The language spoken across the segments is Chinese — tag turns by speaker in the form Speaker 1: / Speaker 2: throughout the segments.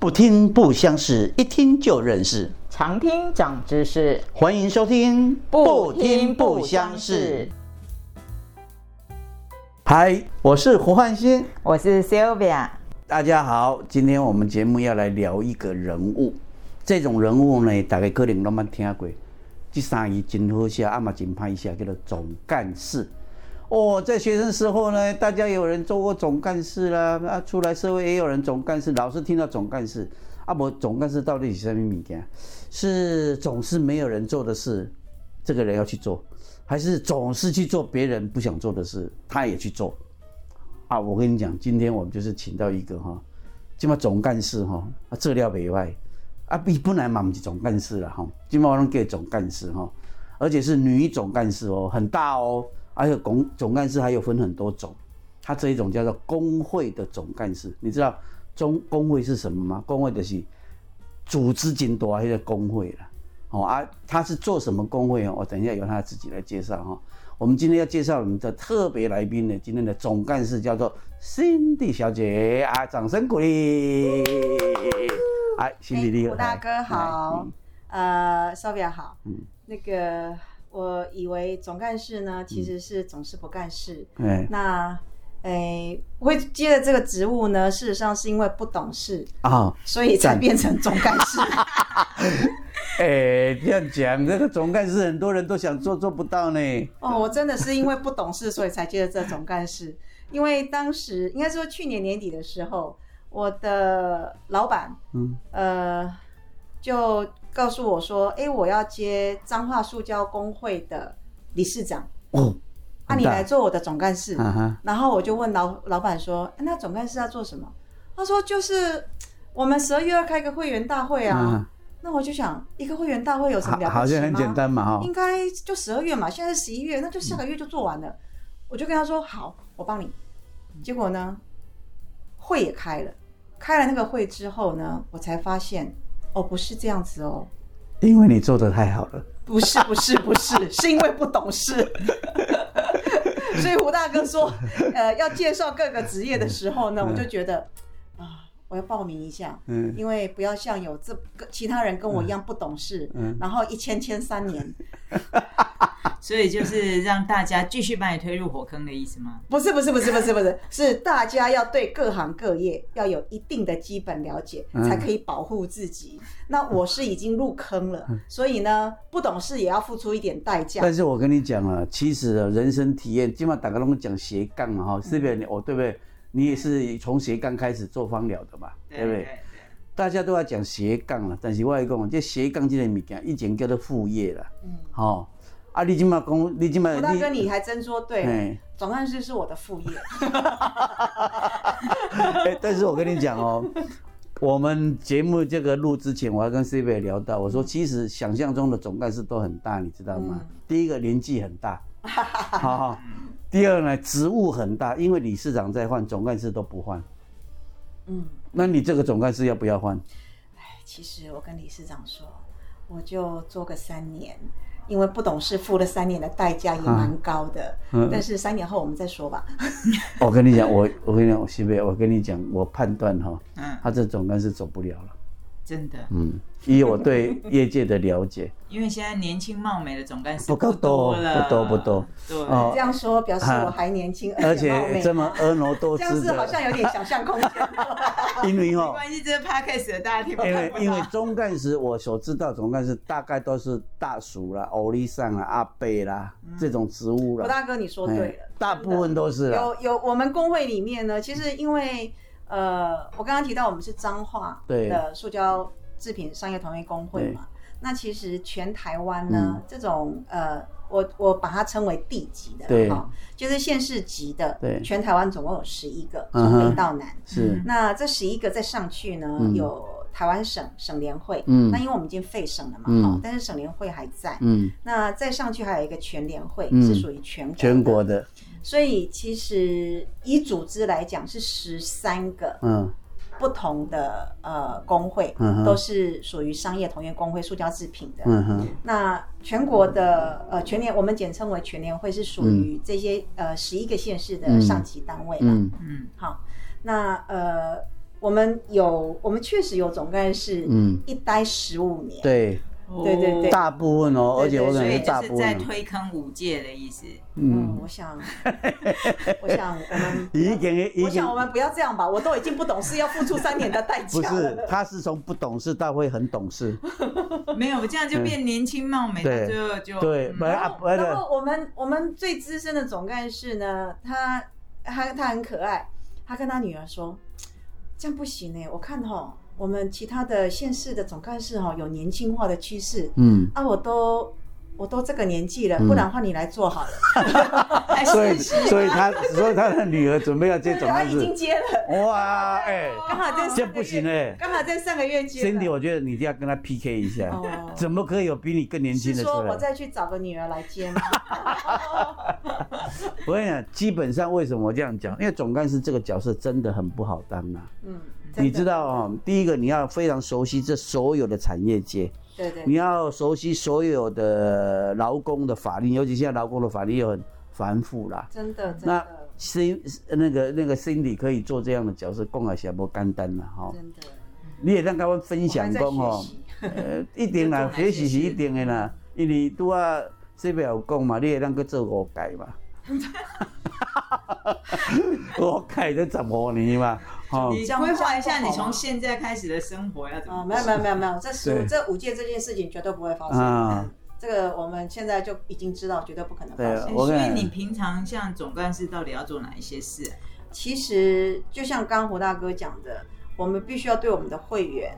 Speaker 1: 不听不相识，一听就认识。
Speaker 2: 常听长知识，
Speaker 1: 欢迎收听《
Speaker 2: 不听不相识》。
Speaker 1: 嗨，我是胡焕新，
Speaker 2: 我是 Sylvia。
Speaker 1: 大家好，今天我们节目要来聊一个人物，这种人物呢，大家可能拢捌听过。这三字真好写，啊嘛真歹写，叫做总干事。哦，在学生时候呢，大家有人做过总干事啦，啊，出来社会也有人总干事，老是听到总干事。啊，无总干事到底是什么物件？啊是总是没有人做的事，这个人要去做，还是总是去做别人不想做的事，他也去做？啊，我跟你讲，今天我们就是请到一个哈，今嘛总干事哈，啊，这料袂坏，啊，比本来嘛不是总干事了哈，今嘛我能给总干事哈，而且是女总干事哦，很大哦，而且总总干事还有分很多种，他这一种叫做工会的总干事，你知道中工会是什么吗？工会就是组织金多迄个工会了。哦啊，他是做什么工会哦？我等一下由他自己来介绍哈、哦我们今天要介绍我们的特别来宾呢，今天的总干事叫做 Cindy 小姐啊，掌声鼓励。哎，Cindy 你好，
Speaker 3: 哎胡大哥好，呃，稍比好，那个我以为总干事呢，其实是总是不干事。
Speaker 1: 来，哎
Speaker 3: 那诶，会接了这个职务呢，事实上是因为不懂事，
Speaker 1: 啊，
Speaker 3: 所以才
Speaker 1: 赞
Speaker 3: 变成总干事。
Speaker 1: 哎，这样讲，这个总干事很多人都想做，做不到呢。
Speaker 3: 哦，我真的是因为不懂事，所以才接了这总干事。因为当时应该说去年年底的时候，我的老板
Speaker 1: 嗯，
Speaker 3: 呃，就告诉我说，哎，我要接彰化塑胶工会的理事长，
Speaker 1: 哦，
Speaker 3: 啊，
Speaker 1: 很
Speaker 3: 你
Speaker 1: 大
Speaker 3: 来做我的总干事。
Speaker 1: 啊哈，
Speaker 3: 然后我就问老老板说：“那总干事要做什么？”他说：“就是我们十二月要开个会员大会啊。
Speaker 1: 啊
Speaker 3: 那我就想，一个会员大会有什么
Speaker 1: 好
Speaker 3: 了不起吗？
Speaker 1: 好嗯像很简单嘛哈
Speaker 3: 应。该就十二月嘛，现在是十一月，那就下个月就做完了。我就跟他说：“好，我帮你。”
Speaker 1: 嗯
Speaker 3: 结果呢，会也开了，开了那个会之后呢，我才发现，哦，不是这样子 哦，
Speaker 1: 因为你做的太好了。
Speaker 3: 不是，不是，不是，是因为不 懂事。所以胡大哥说，呃，要介绍各个职业的时候呢，我就觉得啊，我要报名一下，
Speaker 1: 嗯
Speaker 3: 因为不要像有这个其他人跟我一样不懂事，
Speaker 1: 嗯，
Speaker 3: 然后一签签三年，
Speaker 2: 所以就是让大家继续把你推入火坑的意思吗？
Speaker 3: 不是不是不是不是不是， 是大家要对各行各业要有一定的基本了解，
Speaker 1: 嗯
Speaker 3: 才可以保护自己。那我是已经入坑了，所以呢，不懂事也要付出一点代价。
Speaker 1: 嗯但是我跟你讲啊，其实啊，人生体验，今晚大家拢讲斜杠嘛
Speaker 3: 嗯
Speaker 1: 哈，是不是？哦我对不对？你也是从斜杠开始做芳疗的嘛，对不对？大家都在讲斜杠了，但是我来讲，这斜杠这个物件，以前叫做副业啦，
Speaker 3: 嗯，
Speaker 1: 吼、啊，你今麦讲，你今麦
Speaker 3: 吴大哥，你还真说对了，
Speaker 1: 哎、
Speaker 3: 总干事是我的副业。
Speaker 1: 哎但是我跟你讲哦，我们节目这个录之前，我还跟 C 贝聊到，我说其实想象中的总干事都很大，你知道吗？
Speaker 3: 嗯
Speaker 1: 第一个年纪很大，好、好第二呢职务很大，因为理事长在换，总干事都不换。
Speaker 3: 嗯，
Speaker 1: 那你这个总干事要不要换？
Speaker 3: 哎其实我跟理事长说，我就做个三年，因为不懂事付了三年的代价也蛮高的，
Speaker 1: 嗯
Speaker 3: 但是三年后我们再说吧。
Speaker 1: 我跟你讲，我我跟你讲，西贝，我跟你讲，我判断哈、
Speaker 2: 嗯，
Speaker 1: 他这总干事走不了了。
Speaker 2: 真的，
Speaker 1: 嗯，以我对业界的了解，
Speaker 2: 因为现在年轻貌美的总干事
Speaker 1: 不够多
Speaker 2: 多了，
Speaker 1: 不多不多，
Speaker 2: 对，
Speaker 1: 哦
Speaker 3: 这样说表示我还年轻，
Speaker 1: 而
Speaker 3: 且貌
Speaker 1: 且
Speaker 3: 美
Speaker 1: 哎这么婀娜多
Speaker 3: 这样
Speaker 1: 姿
Speaker 3: 是好
Speaker 1: 的，哦
Speaker 3: 像有点想象空间。
Speaker 1: 因为
Speaker 2: 没
Speaker 1: 哈、
Speaker 2: 关系，这是 podcast 的大家听不
Speaker 1: 因为
Speaker 2: 到
Speaker 1: 因为总干事，我所知道总干事大概都是大叔啦、欧力上啦、阿贝啦、这种职务
Speaker 3: 吴
Speaker 1: 啦，
Speaker 3: 嗯大哥，你说对了
Speaker 1: 哎，大部分都是啦。
Speaker 3: 有有我们工会里面呢，其实因为呃，我刚刚提到我们是彰化
Speaker 1: 对
Speaker 3: 的塑胶制品商业同业工会嘛，那其实全台湾呢，
Speaker 1: 嗯
Speaker 3: 这种呃，我我把它称为地级的
Speaker 1: 对
Speaker 3: 啦哈，就是县市级的，
Speaker 1: 对
Speaker 3: 全台湾总共有十一个，
Speaker 1: 嗯哼
Speaker 3: 从北到南。
Speaker 1: 是，
Speaker 3: 那这十一个再上去呢，
Speaker 1: 嗯
Speaker 3: 有台湾省省联会，
Speaker 1: 嗯
Speaker 3: 那因为我们已经废省了嘛，
Speaker 1: 嗯
Speaker 3: 哈、但是省联会还在。
Speaker 1: 嗯，
Speaker 3: 那再上去还有一个全联会，
Speaker 1: 嗯
Speaker 3: 是属于全国的
Speaker 1: 全国的，
Speaker 3: 所以其实以组织来讲，是十三个
Speaker 1: 嗯
Speaker 3: 不同的呃工会，
Speaker 1: 嗯哼
Speaker 3: 都是属于商业同业工会、塑胶制品的。
Speaker 1: 嗯哼，
Speaker 3: 那全国的呃全联，我们简称为全联会，是属
Speaker 1: 嗯
Speaker 3: 于这些、呃十一个县市的上级单位嘛。
Speaker 1: 嗯
Speaker 2: 嗯
Speaker 3: 好，那呃我们有，我们确实有总干事，
Speaker 1: 嗯，
Speaker 3: 一待十五年，
Speaker 1: 对，
Speaker 3: 对对对
Speaker 1: 大部分哦，而
Speaker 3: 对对
Speaker 1: 且我
Speaker 2: 所
Speaker 1: 感觉
Speaker 2: 以
Speaker 1: 大
Speaker 2: 就是
Speaker 1: 部
Speaker 2: 在
Speaker 1: 分哦，
Speaker 2: 推坑五届的意思。
Speaker 3: 嗯
Speaker 1: 嗯，，
Speaker 3: 我想，我想我们，
Speaker 1: 已经 已
Speaker 3: 我
Speaker 1: 经
Speaker 3: 想我们不要这样吧，我都已经不懂事，要付出三年的代价
Speaker 1: 不是
Speaker 3: 了，
Speaker 1: 他是从不懂事到会很懂事，
Speaker 2: 没有，这样就变年轻貌美，
Speaker 1: 对
Speaker 2: 到最后就
Speaker 1: 对，
Speaker 2: 嗯
Speaker 1: 本来
Speaker 3: 哦然
Speaker 1: 啊
Speaker 3: 后，
Speaker 1: 不是
Speaker 3: 然后我们我们最资深的总干事呢，他他他很可爱，他跟他女儿说，这样不行呢、我看哈，我们其他的县市的总干事哈有年轻化的趋势
Speaker 1: 嗯，
Speaker 3: 啊，我都我都这个年纪了，
Speaker 1: 嗯
Speaker 3: 不然换你来做好了。
Speaker 2: 还
Speaker 1: 所以
Speaker 2: 是
Speaker 1: 所以他所以他的女儿准备要接总干
Speaker 3: 他哎已经
Speaker 1: 事，
Speaker 3: 接了，
Speaker 1: 哇，哎，
Speaker 3: 刚好在上个月
Speaker 1: 这不行哎
Speaker 3: 刚好在上个月接了。
Speaker 1: ，Cindy，我觉得你一定要跟他 PK 一下，
Speaker 3: 哦
Speaker 1: 怎么可以有比你更年轻
Speaker 3: 是
Speaker 1: 的
Speaker 3: 说
Speaker 1: 出
Speaker 3: 我
Speaker 1: 来？
Speaker 3: 再去找个女儿来接吗？
Speaker 1: 我跟你讲，基本上为什么我这样讲？因为总干事这个角色真的很不好当啊。
Speaker 3: 嗯，真的
Speaker 1: 你知道哦，第一个你要非常熟悉这所有的产业界，
Speaker 3: 对对
Speaker 1: 你要熟悉所有的劳工的法律，尤其现在劳工的法律又很繁复啦。
Speaker 3: 真的真
Speaker 1: 那
Speaker 3: 的
Speaker 1: C 那个那个 Cindy 可以做这样的角色，共啊，小不简单啦吼。
Speaker 3: 真的，
Speaker 1: 你哦也让他们分享讲
Speaker 3: 我还在
Speaker 1: 吼
Speaker 3: 学，习
Speaker 1: 呃， 一定啦，
Speaker 2: 这种还
Speaker 1: 学
Speaker 2: 是
Speaker 1: 习是一定的啦，因为拄啊这边有讲嘛，你会让去做五届嘛， 五届都十五年嘛，吼、
Speaker 2: 你规划一下，你从现在开始的生活要怎
Speaker 3: 啊，
Speaker 2: 么？
Speaker 3: 没有没有没有没有，这十
Speaker 1: 对
Speaker 3: 五这五届这件事情绝对不会发生。
Speaker 1: 啊，
Speaker 3: 这个我们现在就已经知道，绝对不可能发
Speaker 1: 对啊
Speaker 3: 生。
Speaker 1: 我
Speaker 2: 所
Speaker 1: 跟
Speaker 2: 以你平常像总干事到底要做哪一些事啊？
Speaker 3: 其实就像刚胡大哥讲的，我们必须要对我们的会员，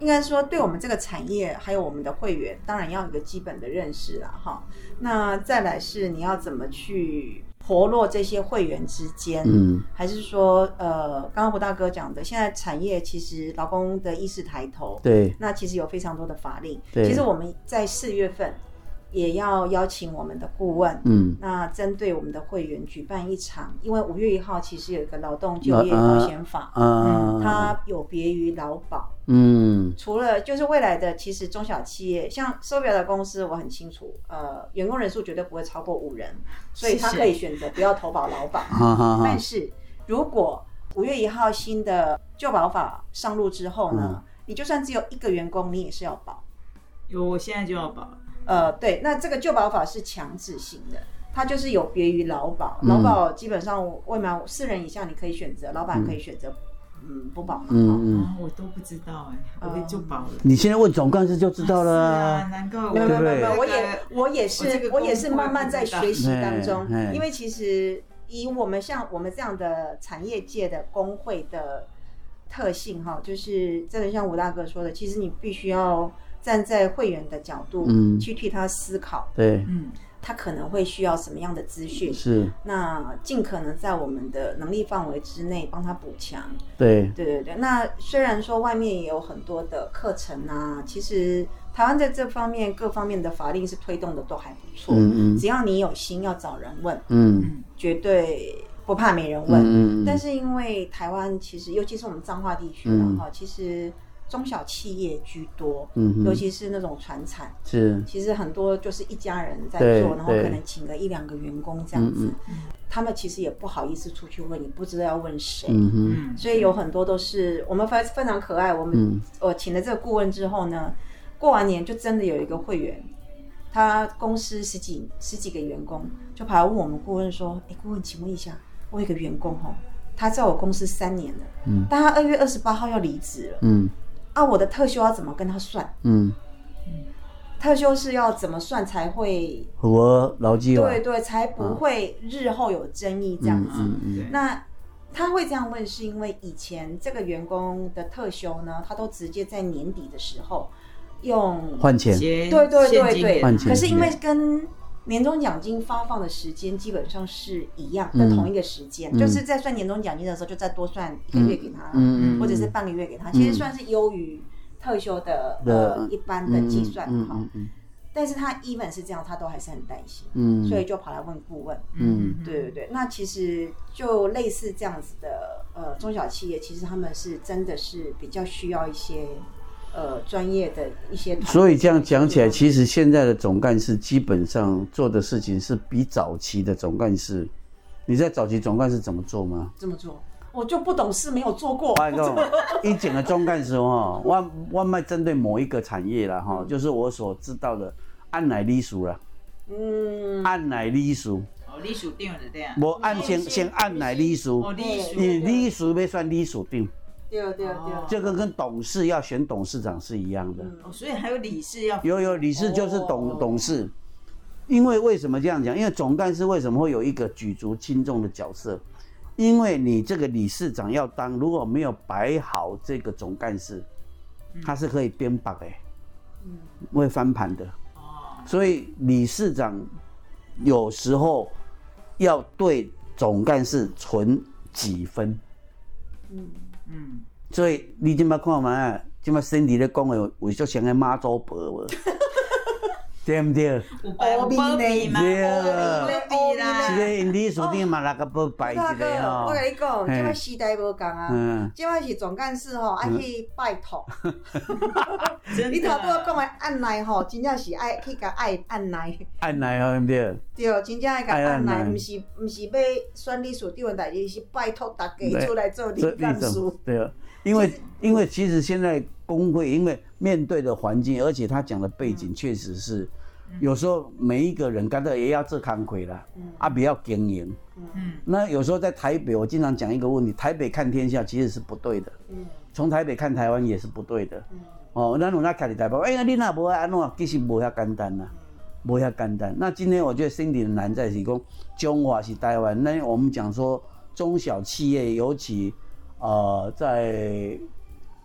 Speaker 3: 应该说对我们这个产业还有我们的会员，当然要有一个基本的认识了哈。那再来是你要怎么去活络这些会员之间，
Speaker 1: 嗯
Speaker 3: 还是说呃，刚刚胡大哥讲的，现在产业其实劳工的意识抬头，
Speaker 1: 对，
Speaker 3: 那其实有非常多的法令。
Speaker 1: 对
Speaker 3: 其实我们在四月份也要邀请我们的顾问，
Speaker 1: 嗯，
Speaker 3: 那针对我们的会员举办一场，因为五月一号其实有一个劳动就业
Speaker 1: 呃
Speaker 3: 保险法，
Speaker 1: 啊，
Speaker 3: 它有别于劳保，
Speaker 1: 嗯
Speaker 3: 除了就是未来的其实中小企业，像手表的公司，我很清楚，呃，员工人数绝对不会超过五人，所以他
Speaker 2: 谢谢
Speaker 3: 可以选择不要投保劳保。
Speaker 1: 哈哈哈
Speaker 3: 但，是如果五月一号新的旧保法上路之后呢，
Speaker 1: 嗯
Speaker 3: 你就算只有一个员工，你也是要保。
Speaker 2: 有，我现在就要保。
Speaker 3: 呃，对，那这个旧保法是强制性的，它就是有别于劳保。
Speaker 1: 嗯
Speaker 3: 劳保基本上未满四人以下，你可以选择，老板可以选择，嗯，不保嘛。哦
Speaker 1: 嗯嗯，
Speaker 2: 啊，我都不知道哎，我
Speaker 3: 嗯
Speaker 2: 就保了。
Speaker 1: 你现在问总干事就知道了
Speaker 2: 是啊，
Speaker 1: 啊，
Speaker 2: 难怪
Speaker 3: 没有没有没有
Speaker 1: 对
Speaker 3: 没有，
Speaker 2: 这个
Speaker 3: 我也我也
Speaker 2: 我这
Speaker 3: 是
Speaker 2: 个
Speaker 3: 我也是
Speaker 2: 工作
Speaker 3: 慢慢在学习当中
Speaker 1: 嘿嘿，
Speaker 3: 因为其实以我们像我们这样的产业界的工会的特性哈，就是真的像吴大哥说的，其实你必须要站在会员的角度
Speaker 1: 嗯
Speaker 3: 去替他思考，
Speaker 1: 对，
Speaker 2: 嗯，
Speaker 3: 他可能会需要什么样的资讯，
Speaker 1: 是，
Speaker 3: 那尽可能在我们的能力范围之内帮他补强。
Speaker 1: 对，
Speaker 3: 对对对，那虽然说外面也有很多的课程啊，其实台湾在这方面各方面的法令是推动的都还不错。
Speaker 1: 嗯嗯
Speaker 3: 只要你有心要找人问，
Speaker 1: 嗯
Speaker 3: 绝对不怕没人
Speaker 1: 嗯
Speaker 3: 问。
Speaker 1: 嗯
Speaker 3: 但
Speaker 1: 嗯，
Speaker 3: 是因为台湾其实，尤其是我们彰化地区
Speaker 1: 嗯
Speaker 3: 然后其实中小企业居多，
Speaker 1: 嗯
Speaker 3: 尤
Speaker 1: 哼，
Speaker 3: 其是那种船产，
Speaker 1: 是，
Speaker 3: 其实很多就是一家人在
Speaker 1: 对
Speaker 3: 做，然后
Speaker 1: 对
Speaker 3: 可能请个一两个员工这
Speaker 1: 嗯
Speaker 3: 样子。
Speaker 1: 嗯
Speaker 3: 他们其实也不好意思出去问，也不知道要问谁，
Speaker 1: 嗯哼，
Speaker 2: 嗯，
Speaker 3: 所以有很多都是我们非非常可爱。我们、
Speaker 1: 嗯
Speaker 3: 我请了这个顾问之后呢，过完年就真的有一个会员，他公司十几十几个员工就跑来问我们顾问说：“哎，顾问，请问一下，我有一个员工哦，他在我公司三年了，
Speaker 1: 嗯
Speaker 3: 但他二月二十八号要离职了
Speaker 1: 嗯
Speaker 3: 啊，我的特休要怎么跟他算？
Speaker 1: 嗯，
Speaker 3: 特休是要怎么算才会？
Speaker 1: 符合劳基法，
Speaker 3: 对对，才不会日后有争议这样子。
Speaker 1: 嗯嗯
Speaker 2: 对
Speaker 3: 那他会这样问，是因为以前这个员工的特休呢，他都直接在年底的时候用，
Speaker 1: 换钱，
Speaker 2: 结
Speaker 3: 对对对
Speaker 2: 现金
Speaker 3: 对
Speaker 2: 给
Speaker 1: 换
Speaker 2: 他
Speaker 1: 钱
Speaker 3: 可是因为跟年终奖金发放的时间基本上是一样的，
Speaker 1: 嗯
Speaker 3: 同一个时间，
Speaker 1: 嗯
Speaker 3: 就是在算年终奖金的时候，就再多算一个月给他，
Speaker 1: 嗯嗯嗯嗯
Speaker 3: 或者是半个月给他，其实算是优于特休的、呃
Speaker 1: 的
Speaker 3: 一般的计算哈、
Speaker 1: 嗯嗯
Speaker 3: 但是他 even 是这样，他都还是很担心，
Speaker 1: 嗯，
Speaker 3: 所以就跑来问顾问。
Speaker 1: 嗯
Speaker 3: 对对对，那其实就类似这样子的呃中小企业，其实他们是真的是比较需要一些呃专业的一些团队。
Speaker 1: 所以这样讲起来，其实现在的总干事基本上做的事情是比早期的总干事，你在早期总干事怎么做吗？
Speaker 3: 这么做，我就不懂事，没有做过。
Speaker 1: 我讲，以前的总干事吼，我我卖针对某一个产业啦哈，就是我所知道的按奶隶属啦，
Speaker 3: 嗯，
Speaker 1: 按奶隶属，
Speaker 2: 哦，隶属定的对啊，
Speaker 1: 无按先
Speaker 3: 是
Speaker 1: 先按奶隶属
Speaker 2: 哦，，隶属
Speaker 1: 因为隶属要算隶属定，
Speaker 3: 对对对
Speaker 2: 哦
Speaker 1: 这个跟董事要选董事长是一样的。
Speaker 2: 哦，所以还有理事要
Speaker 1: 有有理事就是
Speaker 3: 哦
Speaker 1: 董董事，因为为什么这样讲？因为总干事为什么会有一个举足轻重的角色？因为你这个理事长要当，如果没有摆好这个总干事，他是可以颠倒的，
Speaker 3: 嗯
Speaker 1: 会翻盘的。
Speaker 2: 哦，
Speaker 1: 所以理事长有时候要对总干事存几分。
Speaker 3: 嗯，
Speaker 2: 嗯，
Speaker 1: 所以你今摆看嘛，啊，今摆身体咧讲的有足像个妈祖婆无？对不对？
Speaker 3: 哦
Speaker 2: 有白有保庇吗？
Speaker 1: 对
Speaker 2: 有保庇
Speaker 1: 一
Speaker 2: 啦，
Speaker 1: 个因你属定哦嘛，那个不摆一
Speaker 3: 大
Speaker 1: 个
Speaker 3: 哥，
Speaker 1: 吼
Speaker 3: 我，跟你讲，
Speaker 1: 嘿
Speaker 3: 这摆时代无共啊，
Speaker 1: 嗯，
Speaker 3: 这摆是总干事吼，爱去拜托。
Speaker 1: 嗯
Speaker 2: 真
Speaker 3: 你头拄仔讲
Speaker 2: 的，
Speaker 3: 的按耐吼，真正是爱去甲爱按耐，
Speaker 1: 按来哦，对不对？
Speaker 3: 对，真正爱甲
Speaker 1: 爱
Speaker 3: 按
Speaker 1: 按耐
Speaker 3: 耐，毋是毋是要选理事长的代志，是拜托大家
Speaker 1: 对
Speaker 3: 出来做
Speaker 1: 这
Speaker 3: 理干事。
Speaker 1: 对，哦因为因为其实现在工会因为面对的环境，而且他讲的背景确实是，有时候每一个人干的也要做康亏啦，
Speaker 3: 嗯
Speaker 1: 啊，比较经营。
Speaker 2: 嗯，
Speaker 1: 那有时候在台北，我经常讲一个问题：台北看天下其实是不对的。
Speaker 3: 嗯
Speaker 1: 从台北看台湾也是不对的。
Speaker 3: 嗯
Speaker 1: 哦，咱有那看你台北，哎、呀，你那无爱安怎，其实无遐简单
Speaker 3: 嗯
Speaker 1: 呐、无遐简单。那今天我觉得 Cindy 的难在是讲，中华是台湾，那我们讲说中小企业，尤其呃在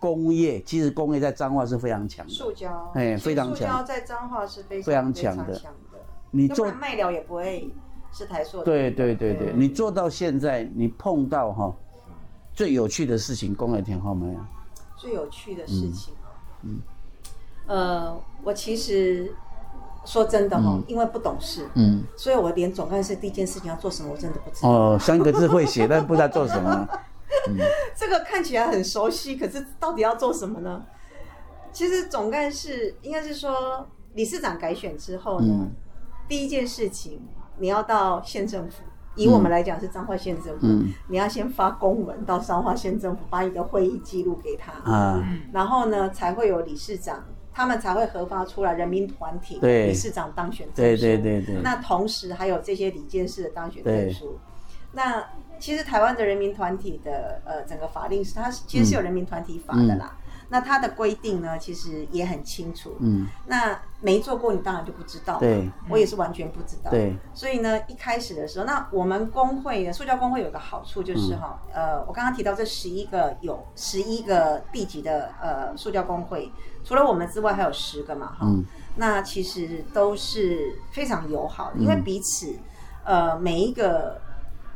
Speaker 1: 工业，其实工业在彰化是非常强的。
Speaker 3: 塑胶，
Speaker 1: 哎
Speaker 3: 其实
Speaker 1: 非常
Speaker 3: 塑胶
Speaker 1: 强
Speaker 3: 在彰化是非常
Speaker 1: 非常强的
Speaker 3: 非常强的。
Speaker 1: 你
Speaker 3: 要不
Speaker 1: 做
Speaker 3: 然卖了也不会是台塑的。
Speaker 1: 对对对对，你做到现在，你碰到哈、最有趣的事情，公开听好没有？
Speaker 3: 最有趣的事情哦，
Speaker 1: 嗯
Speaker 3: 呃，我其实说真的哦，因为不懂事，
Speaker 1: 嗯，
Speaker 3: 所以我连总干事第一件事情要做什么，我真的不知道。
Speaker 1: 哦，三个字会写， 但不知道做什么。
Speaker 3: 这个看起来很熟悉，可是到底要做什么呢？其实总干事应该是说理事长改选之后呢，
Speaker 1: 嗯
Speaker 3: 第一件事情你要到县政府，以我们来讲是彰化县政府，
Speaker 1: 嗯
Speaker 3: 你要先发公文到彰化县政府，把你的会议记录给他，
Speaker 1: 啊，
Speaker 2: 嗯，
Speaker 3: 然后呢才会有理事长，他们才会核发出来人民团体
Speaker 1: 对
Speaker 3: 理事长当选证
Speaker 1: 对
Speaker 3: 书
Speaker 1: 对对对，
Speaker 3: 那同时还有这些理件式的当选证
Speaker 1: 嗯对
Speaker 3: 书。那其实台湾的人民团体的呃整个法令是它是其实是有人民团体法的啦。那它的规定呢，其实也很清楚。
Speaker 1: 嗯，
Speaker 3: 那没做过，你当然就不知道。
Speaker 1: 对，
Speaker 3: 我也是完全不知道。
Speaker 1: 对，
Speaker 3: 所以呢，一开始的时候，那我们工会呢，塑胶工会有个好处就是哈、
Speaker 1: 嗯
Speaker 3: 呃，我刚刚提到这十一个有十一个地级的呃塑胶工会，除了我们之外还有十个嘛哈、
Speaker 1: 嗯
Speaker 3: 那其实都是非常友好的，因
Speaker 1: 嗯
Speaker 3: 为彼此呃每一个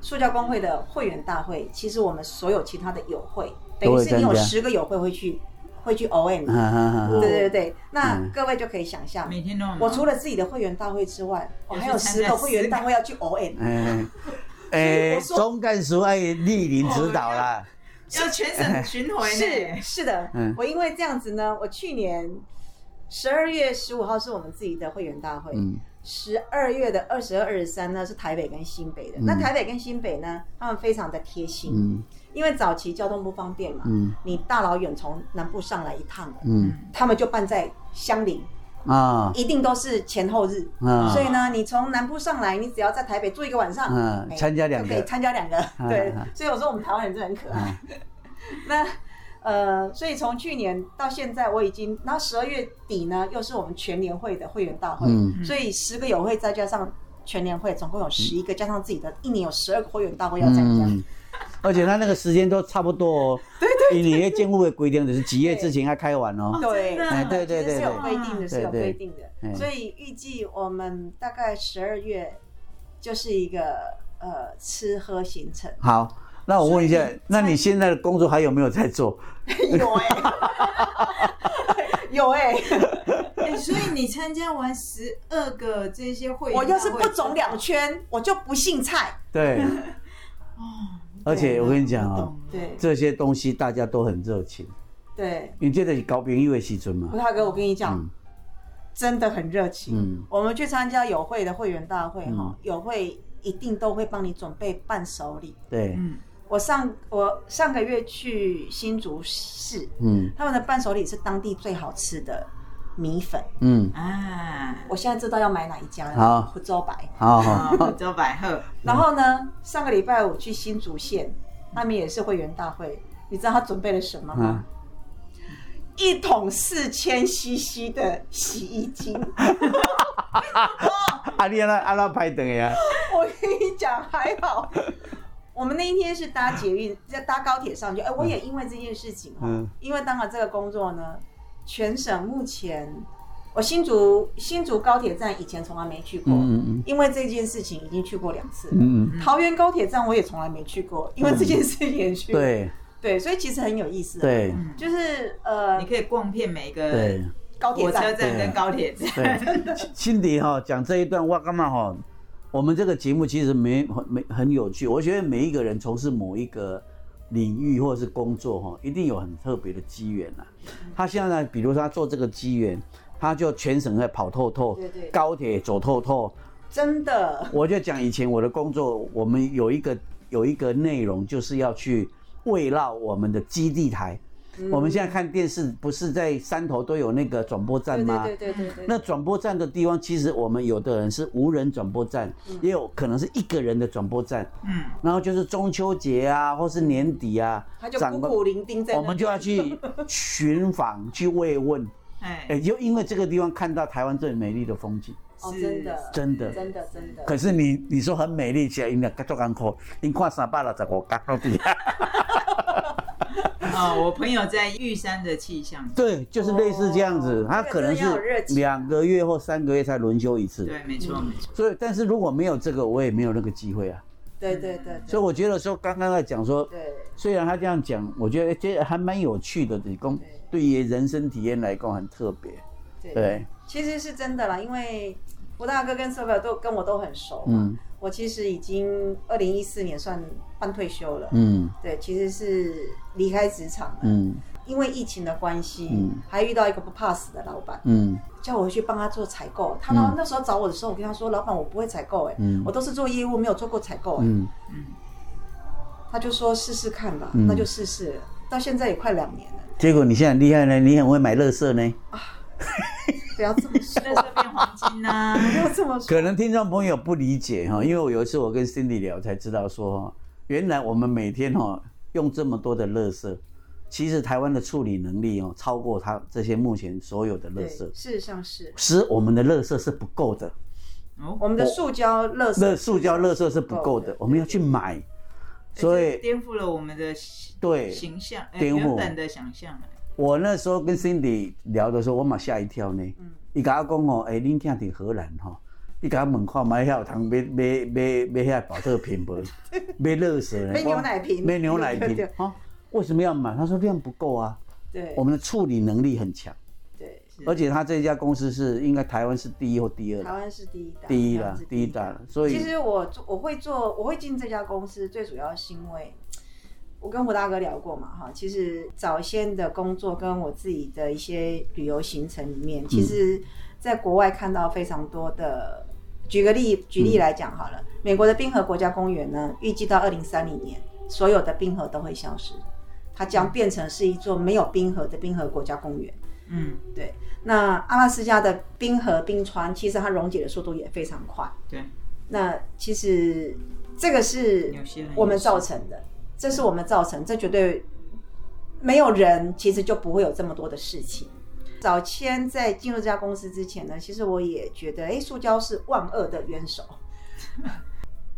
Speaker 3: 塑胶工会的会员大会，其实我们所有其他的友会，等于是你
Speaker 1: 都
Speaker 3: 有
Speaker 1: 会参加
Speaker 3: 十个友会会去会去 OM，、
Speaker 1: 哈哈哈哈
Speaker 3: 对对对，那
Speaker 1: 嗯
Speaker 3: 各位就可以想象。
Speaker 2: 每天都有忙
Speaker 3: 我除了自己的会员大会之外，我还有
Speaker 2: 有去参
Speaker 3: 十
Speaker 2: 加
Speaker 3: 个会员大会要去 ON，
Speaker 1: 哎
Speaker 3: 以
Speaker 1: 哎，
Speaker 3: 我说
Speaker 1: 总干事爱莅临指导啦，
Speaker 2: 要全省巡回
Speaker 3: 是
Speaker 2: 呢，
Speaker 3: 是的
Speaker 1: 嗯，
Speaker 3: 我因为这样子呢，我去年十二月十五号是我们自己的会员大会，
Speaker 1: 嗯
Speaker 3: 十二月的二十二、二十三呢是台北跟新北的。那台北跟新北呢，他们非常的贴心，
Speaker 1: 嗯
Speaker 3: 因为早期交通不方便嘛，
Speaker 1: 嗯
Speaker 3: 你大老远从南部上来一趟的，
Speaker 1: 嗯
Speaker 3: 他们就办在乡里，
Speaker 1: 啊
Speaker 3: 一定都是前后日。
Speaker 1: 啊
Speaker 3: 所以呢，你从南部上来，你只要在台北住一个晚上，
Speaker 1: 嗯
Speaker 3: 哎
Speaker 1: 参加两个
Speaker 3: 就可以参加两个，
Speaker 1: 嗯
Speaker 3: 对
Speaker 1: 嗯。
Speaker 3: 所以我说我们台湾人真的很可爱。
Speaker 1: 啊
Speaker 3: 那呃，所以从去年到现在，我已经，然后十二月底呢，又是我们全联会的会员大会，
Speaker 1: 嗯
Speaker 3: 所以十个友会再加上全联会，总共有十一个，加上自己的一年有十二个会员大会要参加。
Speaker 1: 嗯，而且他那个时间都差不多哦，对对，你业监护的规定就是几月之前要开完哦，
Speaker 3: 对，
Speaker 2: 真的
Speaker 1: 哎对对
Speaker 3: 其实
Speaker 1: 对
Speaker 3: 是有
Speaker 1: 对
Speaker 3: 规定的，是有
Speaker 1: 对对
Speaker 3: 规定的。
Speaker 1: 嗯
Speaker 3: 所以预计我们大概十二月就是一个呃吃喝行 程。
Speaker 1: 好。那我问一下
Speaker 3: 所以你，
Speaker 1: 那你现在的工作还有没有在做？
Speaker 3: 有 哎、有哎、
Speaker 2: 哎，所以你参加完十二个这些
Speaker 1: 啊
Speaker 2: 会员大
Speaker 3: 我
Speaker 2: 会，
Speaker 3: 要是不肿两圈，我就不姓蔡。
Speaker 1: 对，
Speaker 2: 哦
Speaker 1: 而且我跟你讲
Speaker 2: 我
Speaker 1: 啊
Speaker 2: 懂，
Speaker 3: 对
Speaker 1: 这些东西大家都很热情，
Speaker 3: 对，
Speaker 1: 你这个是高朋友的时阵嘛
Speaker 3: 吴，大哥，我跟你讲，
Speaker 1: 嗯
Speaker 3: 真的很热情。
Speaker 1: 嗯
Speaker 3: 我们去参加友会的会员大会哈
Speaker 1: 嗯，
Speaker 3: 友、会一定都会帮你准备伴手礼。
Speaker 1: 对，
Speaker 2: 嗯，
Speaker 3: 我上我上个月去新竹市，
Speaker 1: 嗯
Speaker 3: 他们的伴手礼是当地最好吃的米粉。
Speaker 1: 嗯，
Speaker 2: 啊，
Speaker 3: 我现在知道要买哪一家了，
Speaker 1: 好嗯
Speaker 3: 福州白。
Speaker 1: 好
Speaker 3: 啊
Speaker 1: 好，
Speaker 2: 好，周百鹤，
Speaker 3: 然后呢，上个礼拜我去新竹县，他们也是会员大会，你知道他准备了什么吗？
Speaker 1: 嗯，
Speaker 3: 一桶四千 CC 的洗衣精。
Speaker 1: 啊，你安那安那拍等呀？
Speaker 3: 我跟你讲，还好，我们那一天是搭捷运，在搭高铁上去。哎、我也因为这件事情哈、哦
Speaker 1: 嗯
Speaker 3: 因为当了这个工作呢，全省目前，我新竹新竹高铁站以前从来没去过，
Speaker 1: 嗯嗯
Speaker 3: 因为这件事情已经去过两次了。
Speaker 1: 嗯嗯，
Speaker 3: 桃园高铁站我也从来没去过，因为这件事情也去过、
Speaker 1: 对
Speaker 3: 对，所以其实很有意思、，
Speaker 1: 对
Speaker 2: 嗯，
Speaker 3: 就是呃
Speaker 2: 你可以逛遍每一个
Speaker 1: 对
Speaker 3: 高
Speaker 2: 火
Speaker 3: 铁
Speaker 2: 车
Speaker 3: 站，
Speaker 2: 站跟高铁站。
Speaker 1: 对，辛迪哈讲这一段，我干嘛哈？我们这个节目其实没没很有趣，我觉得每一个人从事某一个领域或是工作哈，一定有很特别的机缘呐。他现在比如说他做这个机缘，他就全省在跑透透，
Speaker 3: 对对
Speaker 1: 高铁走透透，
Speaker 3: 真的，
Speaker 1: 我就讲以前我的工作，我们有一个有一个内容就是要去围绕我们的基地台。
Speaker 3: 嗯
Speaker 1: 我们现在看电视，不是在山头都有那个转播站
Speaker 3: 对
Speaker 1: 吗？
Speaker 3: 对对对对对，
Speaker 1: 那转播站的地方，其实我们有的人是无人转播站，
Speaker 3: 嗯
Speaker 1: 也有可能是一个人的转播站。
Speaker 2: 嗯，
Speaker 1: 然后就是中秋节啊，或是年底啊，
Speaker 3: 他就
Speaker 1: 长
Speaker 3: 孤
Speaker 1: 官
Speaker 3: 苦伶仃在那
Speaker 1: 我们就要去寻访、去慰问，
Speaker 2: 哎，
Speaker 1: 也就因为这个地方看到台湾最美丽的风景。
Speaker 3: 哦，
Speaker 2: 是
Speaker 3: 真的，
Speaker 1: 真的
Speaker 3: 真的，真的。
Speaker 1: 可是你你说很美丽，起来应该做干苦，你看三百六十五天都 比
Speaker 2: 哦，我朋友在玉山的气象，
Speaker 1: 对，就是类似这样子
Speaker 3: 哦，
Speaker 1: 它可能
Speaker 3: 这个真的要有热
Speaker 1: 是
Speaker 3: 情
Speaker 1: 两个月或三个月才轮休一次。
Speaker 2: 对，没错没错，
Speaker 1: 所以，但是如果没有这个，我也没有那个机会啊。
Speaker 3: 对对对，
Speaker 1: 所以我觉得说，刚刚在讲说，
Speaker 3: 对
Speaker 1: 虽然他这样讲，我觉得这还蛮有趣的，理工
Speaker 3: 对
Speaker 1: 对于人生体验来讲很特别。
Speaker 3: 对对，
Speaker 1: 对，
Speaker 3: 其实是真的啦，因为吴大哥跟 s o p 都跟我都很熟，
Speaker 1: 嗯
Speaker 3: 我其实已经二零一四年算半退休了，
Speaker 1: 嗯
Speaker 3: 对，其实是离开职场了，
Speaker 1: 嗯
Speaker 3: 因为疫情的关系，
Speaker 1: 嗯
Speaker 3: 还遇到一个不怕死的老板，
Speaker 1: 嗯
Speaker 3: 叫我去帮他做采购。他
Speaker 1: 嗯
Speaker 3: 那时候找我的时候，我跟他说，老板我不会采购，哎
Speaker 1: 嗯，
Speaker 3: 我都是做业务，没有做过采购，哎，
Speaker 1: 嗯
Speaker 3: 他就说试试看吧，
Speaker 1: 嗯
Speaker 3: 那就试试了，到现在也快两年了，
Speaker 1: 结果你现在很厉害呢，你很会买乐色呢。
Speaker 3: 不要这么说，
Speaker 2: 那这变黄金啊呐，
Speaker 3: 不要这么说，
Speaker 1: 可能听众朋友不理解哈，因为我有一次我跟 Cindy 聊才知道说哈，原来我们每天哈用这么多的乐色，其实台湾的处理能力哦超过他这些目前所有的乐
Speaker 3: 对，
Speaker 1: 色
Speaker 3: 事，实上是。
Speaker 1: 使我们的乐色是不够的。
Speaker 2: 哦，
Speaker 3: 我们的塑胶垃圾
Speaker 1: 那塑胶垃圾是不够的
Speaker 3: 对，
Speaker 1: 我们要去买。所
Speaker 2: 哎这
Speaker 1: 以
Speaker 2: 颠覆了我们的形
Speaker 1: 对
Speaker 2: 形象，哎
Speaker 1: 颠覆
Speaker 2: 原本的想象，哎
Speaker 1: 我那时候跟 Cindy 聊的时候，我嘛吓一跳呢。
Speaker 3: 嗯
Speaker 1: 伊甲我讲哦，诶、恁囝伫荷兰吼，你甲我问看买遐有通买买买买遐保特瓶 无？买乐色呢？
Speaker 3: 买牛奶瓶
Speaker 1: 我买牛奶
Speaker 3: 对
Speaker 1: 瓶
Speaker 3: 对对
Speaker 1: 啊？为什么要买？他说量不够啊，
Speaker 3: 对
Speaker 1: 我们的处理能力很强，
Speaker 3: 对，
Speaker 1: 而且他这家公司是应该台湾是第一或第二
Speaker 3: 台
Speaker 1: 了，
Speaker 3: 湾是第一大，
Speaker 1: 第一
Speaker 3: 台湾
Speaker 1: 了
Speaker 3: 是，
Speaker 1: 第一大了，所
Speaker 3: 其
Speaker 1: 以
Speaker 3: 实我做我会做，我会进这家公司，最主要是因为我跟胡大哥聊过嘛，哈，其实早先的工作跟我自己的一些旅游行程里面，
Speaker 1: 嗯
Speaker 3: 其实在国外看到非常多的。举个例，举
Speaker 1: 嗯
Speaker 3: 例来讲好了，美国的冰河国家公园呢，预计到二零三零年，所有的冰河都会消失，它
Speaker 1: 嗯
Speaker 3: 将变成是一座没有冰河的冰河国家公园。
Speaker 2: 嗯，
Speaker 3: 对，那阿拉斯加的冰河冰川，其实它溶解的速度也非常快。
Speaker 2: 对，
Speaker 3: 那其实这个是
Speaker 2: 有些人
Speaker 3: 我们造成的，这是我们造成，这绝对没有人，其实就不会有这么多的事情。早先在进入这家公司之前呢，其实我也觉得，哎，塑胶是万恶的元首。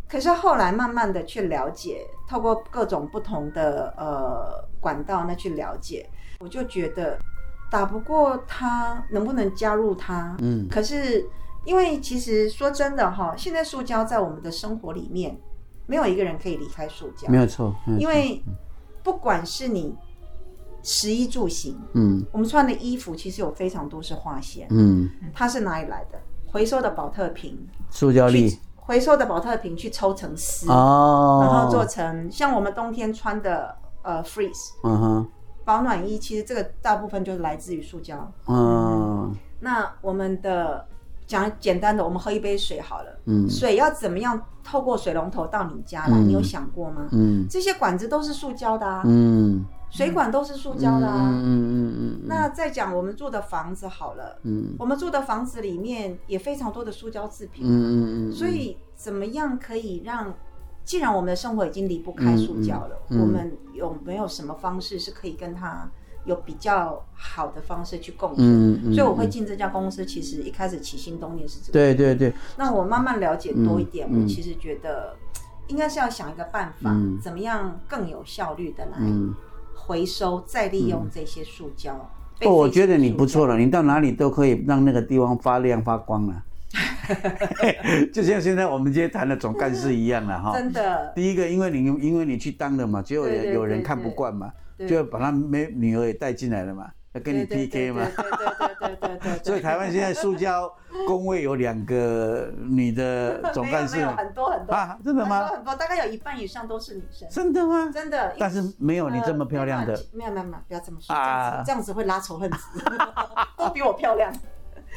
Speaker 3: 可是后来慢慢的去了解，透过各种不同的呃管道呢去了解，我就觉得打不过他，能不能加入他？
Speaker 1: 嗯
Speaker 3: 可是因为其实说真的哈，现在塑胶在我们的生活里面，没有一个人可以离开塑胶
Speaker 1: 没，有错，没有错
Speaker 3: 因为不管是你食衣住行，
Speaker 1: 嗯
Speaker 3: 我们穿的衣服其实有非常多是化纤，
Speaker 1: 嗯，
Speaker 3: 它是哪里来的？回收的保特瓶，
Speaker 1: 塑胶
Speaker 3: 去
Speaker 1: 粒
Speaker 3: 回收的保特瓶去抽成丝，
Speaker 1: 哦，
Speaker 3: 然后做成像我们冬天穿的呃 freeze
Speaker 1: 嗯哼。
Speaker 3: 保暖衣，其实这个大部分就是来自于塑胶。
Speaker 1: 嗯
Speaker 3: 那我们的讲简单的，我们喝一杯水好了。
Speaker 1: 嗯
Speaker 3: 水要怎么样透过水龙头到你家来？你有想过吗？
Speaker 1: 嗯
Speaker 3: 这些管子都是塑胶的啊，
Speaker 1: 嗯，
Speaker 3: 水管都是塑胶的啊。
Speaker 1: 嗯嗯嗯嗯
Speaker 3: 那再讲我们住的房子好了，
Speaker 1: 嗯
Speaker 3: 我们住的房子里面也非常多的塑胶制品，
Speaker 1: 嗯嗯，
Speaker 3: 所以怎么样可以让？既然我们的生活已经离不开塑胶了，
Speaker 1: 嗯嗯嗯
Speaker 3: 我们有没有什么方式是可以跟它有比较好的方式去共存？
Speaker 1: 嗯嗯，
Speaker 3: 所以我会进这家公司，其实一开始起心动念是这个。
Speaker 1: 对对对，
Speaker 3: 那我慢慢了解多一点，
Speaker 1: 嗯嗯
Speaker 3: 我其实觉得应该是要想一个办法，
Speaker 1: 嗯
Speaker 3: 怎么样更有效率的来
Speaker 1: 嗯，哦
Speaker 3: 回收、再利用这些塑胶。被
Speaker 1: 不，我觉得你
Speaker 3: 废弃的塑胶
Speaker 1: 不错了，你到哪里都可以让那个地方发亮发光了，就像现在我们今天谈的总干事一样了哈。
Speaker 3: 真的，
Speaker 1: 第一个，因为你因为你去当了嘛，结果
Speaker 3: 对对
Speaker 1: 有
Speaker 3: 对
Speaker 1: 有人看
Speaker 3: 对
Speaker 1: 不惯嘛，
Speaker 3: 对
Speaker 1: 就把他妹女儿也带进来了嘛，要跟你
Speaker 3: 对
Speaker 1: PK 嘛。
Speaker 3: 对对对对对对对对。
Speaker 1: 所以台湾现在塑胶工会有两个女的总干事
Speaker 3: 没有没有
Speaker 1: 嘛
Speaker 3: 很多很多，
Speaker 1: 啊，真的
Speaker 3: 很
Speaker 1: 吗
Speaker 3: 多？很多，大概有一半以上都是女生，
Speaker 1: 真的吗？
Speaker 3: 真的。
Speaker 1: 但是没有你这么漂亮的
Speaker 3: 呃，没有没有没有，不要这么说，这样
Speaker 1: 啊
Speaker 3: 子这样子会拉仇恨值， 都比我漂亮。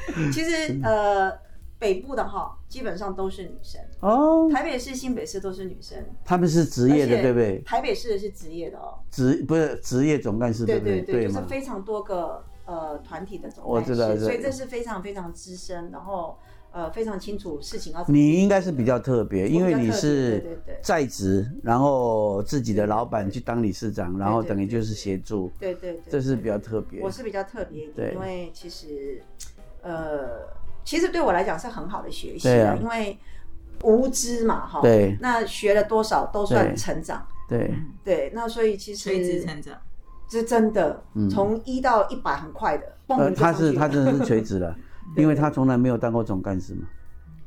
Speaker 3: 其实呃，北部的哈，基本上都是女生，
Speaker 1: 哦，
Speaker 3: 台北市、新北市都是女生，
Speaker 1: 他们是职业
Speaker 3: 而
Speaker 1: 的，
Speaker 3: 且
Speaker 1: 对不对？
Speaker 3: 台北市的是职业的哦，
Speaker 1: 职不是职业总干事，
Speaker 3: 对
Speaker 1: 不
Speaker 3: 对
Speaker 1: 对
Speaker 3: 就是
Speaker 1: 嘛？
Speaker 3: 非常多个呃团体的总
Speaker 1: 我
Speaker 3: 干事
Speaker 1: 知道知道
Speaker 3: 所以这是非常非常资深，然后呃非常清楚事情要怎么。
Speaker 1: 你应该是比较特别，
Speaker 3: 我
Speaker 1: 因为
Speaker 3: 比较
Speaker 1: 你
Speaker 3: 特别
Speaker 1: 是
Speaker 3: 对对对
Speaker 1: 在职，然后自己的老板去当理事长，然后
Speaker 3: 对
Speaker 1: 等于
Speaker 3: 对
Speaker 1: 就是协助，
Speaker 3: 对对对，
Speaker 1: 这是比较特别
Speaker 3: 我。是比较特别一
Speaker 1: 对
Speaker 3: 点，因为其实，呃，其实对我来讲是很好的学习
Speaker 1: 对
Speaker 3: 啊，
Speaker 1: 啊
Speaker 3: 因为无知嘛，哈，
Speaker 1: 对
Speaker 3: 那学了多少都
Speaker 1: 对
Speaker 3: 算成长，
Speaker 1: 对，
Speaker 3: 对，那所以其
Speaker 2: 垂直
Speaker 3: 实
Speaker 2: 成长，
Speaker 3: 是真的
Speaker 1: 嗯，
Speaker 3: 从一到一百很快的，蹦
Speaker 1: 呃，
Speaker 3: 就
Speaker 1: 他
Speaker 3: 上
Speaker 1: 是
Speaker 3: 去
Speaker 1: 他
Speaker 3: 了
Speaker 1: 真的是垂直 了，因为他从来没有当过总干事嘛。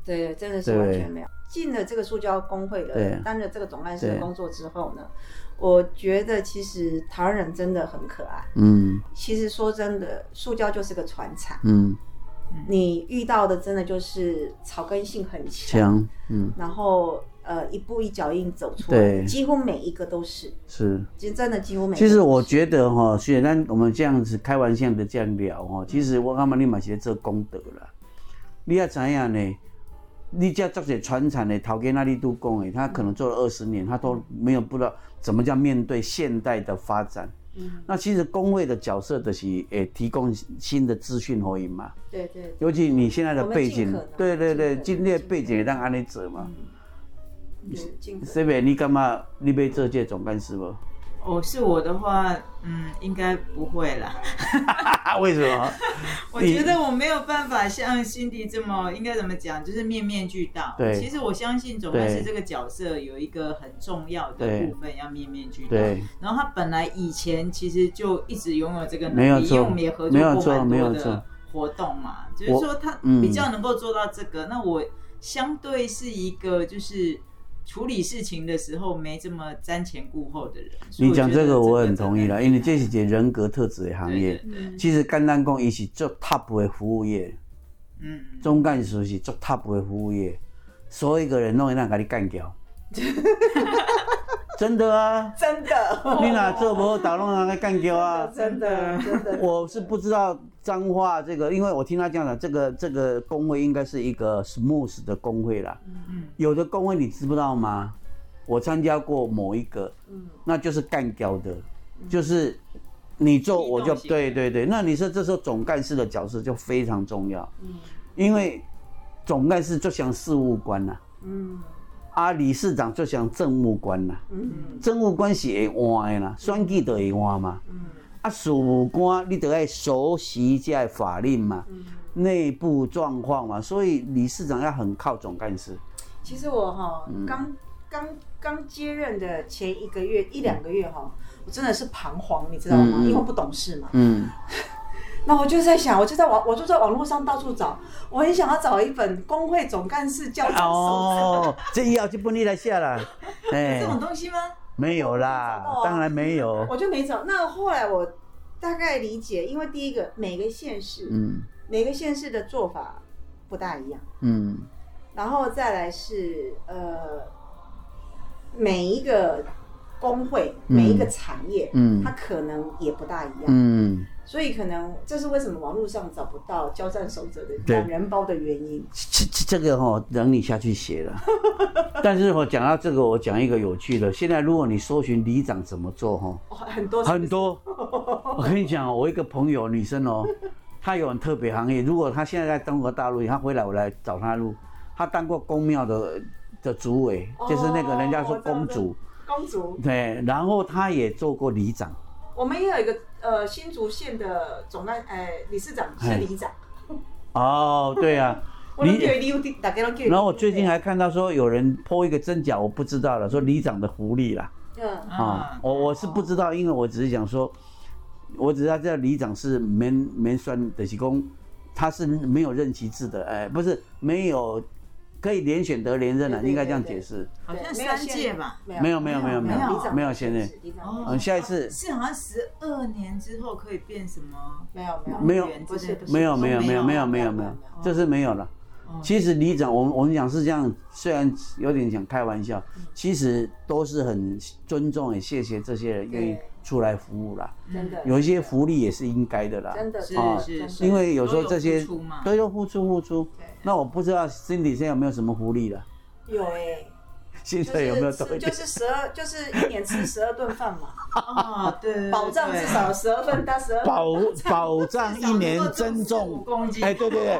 Speaker 3: 对，真的是
Speaker 1: 对
Speaker 3: 完全没有。进了这个塑胶工会
Speaker 1: 对
Speaker 3: 的，担了这个总干事
Speaker 1: 对
Speaker 3: 的工作之后呢，我觉得其实台湾人真的很可爱。
Speaker 1: 嗯
Speaker 3: 其实说真的，塑胶就是个传产。
Speaker 1: 嗯，
Speaker 3: 你遇到的真的就是草根性很强，
Speaker 1: 强，嗯
Speaker 3: 然后呃一步一脚印走出
Speaker 1: 对
Speaker 3: 来，几乎每一个都是，
Speaker 1: 是。
Speaker 3: 其实真的几乎每一个
Speaker 1: 其
Speaker 3: 都是。
Speaker 1: 实我觉得哈、虽然我们这样子开玩笑的这样聊哈、
Speaker 3: 嗯
Speaker 1: 其实我感觉你嘛是在做功德啦。你要怎样呢？你这做些传产的陶给那里都讲的，他可能做了二十年，
Speaker 3: 嗯
Speaker 1: 他都没有不知道怎么叫面对现代的发展。
Speaker 3: 嗯，
Speaker 1: 那其实工会的角色的是也提供新的资讯可以嘛，
Speaker 3: 对对对
Speaker 1: 尤其你现在的
Speaker 3: 我们
Speaker 1: 背
Speaker 3: 尽
Speaker 1: 景
Speaker 3: 可能，
Speaker 1: 对对对，
Speaker 3: 尽
Speaker 1: 今
Speaker 3: 可能
Speaker 1: 天
Speaker 3: 尽可
Speaker 1: 背景也让安尼做
Speaker 3: 嗯
Speaker 1: 嘛。
Speaker 3: 对，尽可能
Speaker 1: 这边你干嘛？你被这届总干事 不？
Speaker 2: 哦，是我的话，嗯，应该不会啦。
Speaker 1: 啊为什 么？
Speaker 2: 我觉得我没有办法像辛迪这么，应该怎么讲，就是面面俱到。
Speaker 1: 对
Speaker 2: 其实我相信总干
Speaker 1: 对
Speaker 2: 事这个角色有一个很重要的
Speaker 1: 对
Speaker 2: 部分要面面俱到。
Speaker 1: 对。
Speaker 2: 然后他本来以前其实就一直拥有这个能
Speaker 1: 没有
Speaker 2: 力，
Speaker 1: 错
Speaker 2: 因为我们也合
Speaker 1: 没
Speaker 2: 作
Speaker 1: 有
Speaker 2: 过
Speaker 1: 错
Speaker 2: 蛮
Speaker 1: 没
Speaker 2: 多
Speaker 1: 有错
Speaker 2: 的活动嘛，就是
Speaker 1: 我
Speaker 2: 说他
Speaker 1: 嗯
Speaker 2: 比较能够做到这个。那我相对是一个就是处理事情的时候没这么瞻前顾后的人。所以
Speaker 1: 你讲
Speaker 2: 我觉
Speaker 1: 这
Speaker 2: 得
Speaker 1: 个我很同意
Speaker 2: 真
Speaker 1: 了，
Speaker 2: 的
Speaker 1: 因为这是一个人格特质的行
Speaker 2: 对
Speaker 1: 业
Speaker 2: 对。对
Speaker 3: 嗯
Speaker 1: 其实简单讲，伊是做 top 的服务业，
Speaker 2: 嗯，
Speaker 1: 总干事是做 top 的服务业，所有一个人弄一让给你干 掉。真的啊，
Speaker 3: 真的，
Speaker 2: 哦
Speaker 1: 你哪做不好，打弄让他干掉啊。
Speaker 3: 真的，真的，
Speaker 1: 我是不知道脏话这个，因为我听他这样讲，这个这个工会应该是一个 smooth 的工会啦。
Speaker 2: 嗯
Speaker 1: 有的工会你知不知道吗？我参加过某一个，
Speaker 3: 嗯，
Speaker 1: 那就是干掉的，就是你做我就
Speaker 2: 机动型的
Speaker 1: 对对对。那你说这时候总干事的角色就非常重要，
Speaker 3: 嗯
Speaker 1: 因为总干事就像事务官呐、
Speaker 3: 嗯
Speaker 1: 啊，理事长就像政务官呐、
Speaker 3: 嗯
Speaker 1: 政务官是会换的啦，选举就会换嘛。
Speaker 3: 嗯
Speaker 1: 啊，事务官你得要熟悉这些法令嘛，
Speaker 3: 嗯。
Speaker 1: 内部状况嘛，所以理事长要很靠总干事。
Speaker 3: 其实我哈、
Speaker 1: 嗯
Speaker 3: 刚刚刚接任的前一个月一两个月哈、我真的是彷徨，你知道吗？
Speaker 1: 嗯嗯
Speaker 3: 因为我不懂事嘛。
Speaker 1: 嗯，
Speaker 3: 那我就在想，我就在网，我就在网络上到处找，我很想要找一本工会总干事教长手册。
Speaker 1: 哦，这以后就不你来下了，哎、
Speaker 2: 这种东西吗？
Speaker 1: 没有啦
Speaker 3: 我不知道，啊
Speaker 1: 当然没有。
Speaker 3: 我就没找。那后来我大概理解，因为第一个每个县市、
Speaker 1: 嗯
Speaker 3: 每个县市的做法不大一样，
Speaker 1: 嗯
Speaker 3: 然后再来是呃每一个工会每一个产业，
Speaker 1: 嗯
Speaker 3: 它可能也不大一样，
Speaker 1: 嗯，
Speaker 3: 所以可能这是为什么网络上找不到交战守者的
Speaker 1: 对
Speaker 3: 懒人包的原因。
Speaker 1: 这这这个哈、等你下去写了。但是我、讲到这个，我讲一个有趣的。现在如果你搜寻里长怎么做哈、
Speaker 3: 哦，很多
Speaker 1: 很多。我跟你讲，我一个朋友女生哦，她有很特别行业。如果她现在在中国大陆，她回来我来找她录。她当过公庙的的主委，就是那个人家说公主，
Speaker 3: 公主，
Speaker 1: 对。然后她也做过里长，
Speaker 3: 我们也有一个呃新竹县的总干哎理事长是
Speaker 1: 哎
Speaker 3: 里长，，
Speaker 1: 哦，对啊
Speaker 3: 我都叫
Speaker 1: 里。
Speaker 3: 伊溜达，大家都叫伊溜达。
Speaker 1: 然后我最近还看到说有人剖一个真假，我不知道了，说里长的福利啦。
Speaker 3: 嗯
Speaker 1: 啊
Speaker 2: 嗯，
Speaker 1: 我我是不
Speaker 3: 哦
Speaker 1: 知道，因为我只是想说，我只知道这里长是免免选的是公，他是没有任期制的，哎，不是没有可以连选得连任了，
Speaker 3: 对对
Speaker 1: 应该这样
Speaker 3: 对
Speaker 1: 解
Speaker 3: 对
Speaker 1: 释。
Speaker 2: 好像
Speaker 3: 没有
Speaker 2: 三届吧，
Speaker 1: 没有没有没有
Speaker 2: 没有
Speaker 3: 里长
Speaker 1: 没有现任
Speaker 3: 里长
Speaker 2: 哦
Speaker 1: 嗯，下一次
Speaker 2: 是好像十二年之后可以变什么？
Speaker 3: 没有没有
Speaker 1: 没有
Speaker 2: 公务员之
Speaker 3: 不是
Speaker 2: 类
Speaker 3: 不
Speaker 2: 的
Speaker 3: 是
Speaker 1: 没有没有没有没有没有没
Speaker 3: 没有
Speaker 1: 有
Speaker 3: 没有，
Speaker 1: 这是没有了。
Speaker 2: 哦
Speaker 1: 其实里长，我们我们讲是这样，虽然有点想开玩笑，其实都是很尊重，也谢谢这些人愿意
Speaker 3: 对
Speaker 1: 出来服务啦。
Speaker 3: 真的
Speaker 1: 有一些福利也是应该的啦。
Speaker 3: 真的
Speaker 2: 是
Speaker 1: 哦
Speaker 2: 是是，
Speaker 1: 因为有时候这些
Speaker 2: 都有付出嘛
Speaker 1: 都要付出付出
Speaker 3: 对。
Speaker 1: 那我不知道 Cindy 现在有没有什么福利了？
Speaker 3: 有哎，
Speaker 1: 现
Speaker 3: 就
Speaker 1: 在有没有
Speaker 3: 是
Speaker 1: 多
Speaker 3: 吃
Speaker 1: 一
Speaker 3: 就
Speaker 1: 点？
Speaker 3: 是十二就是一年吃十二顿饭嘛，
Speaker 2: 哦，对对，对
Speaker 3: 保障至少十二份到十二。
Speaker 1: 保保障一年增
Speaker 2: 五
Speaker 1: 重，
Speaker 2: 公斤
Speaker 1: 哎，，对对对，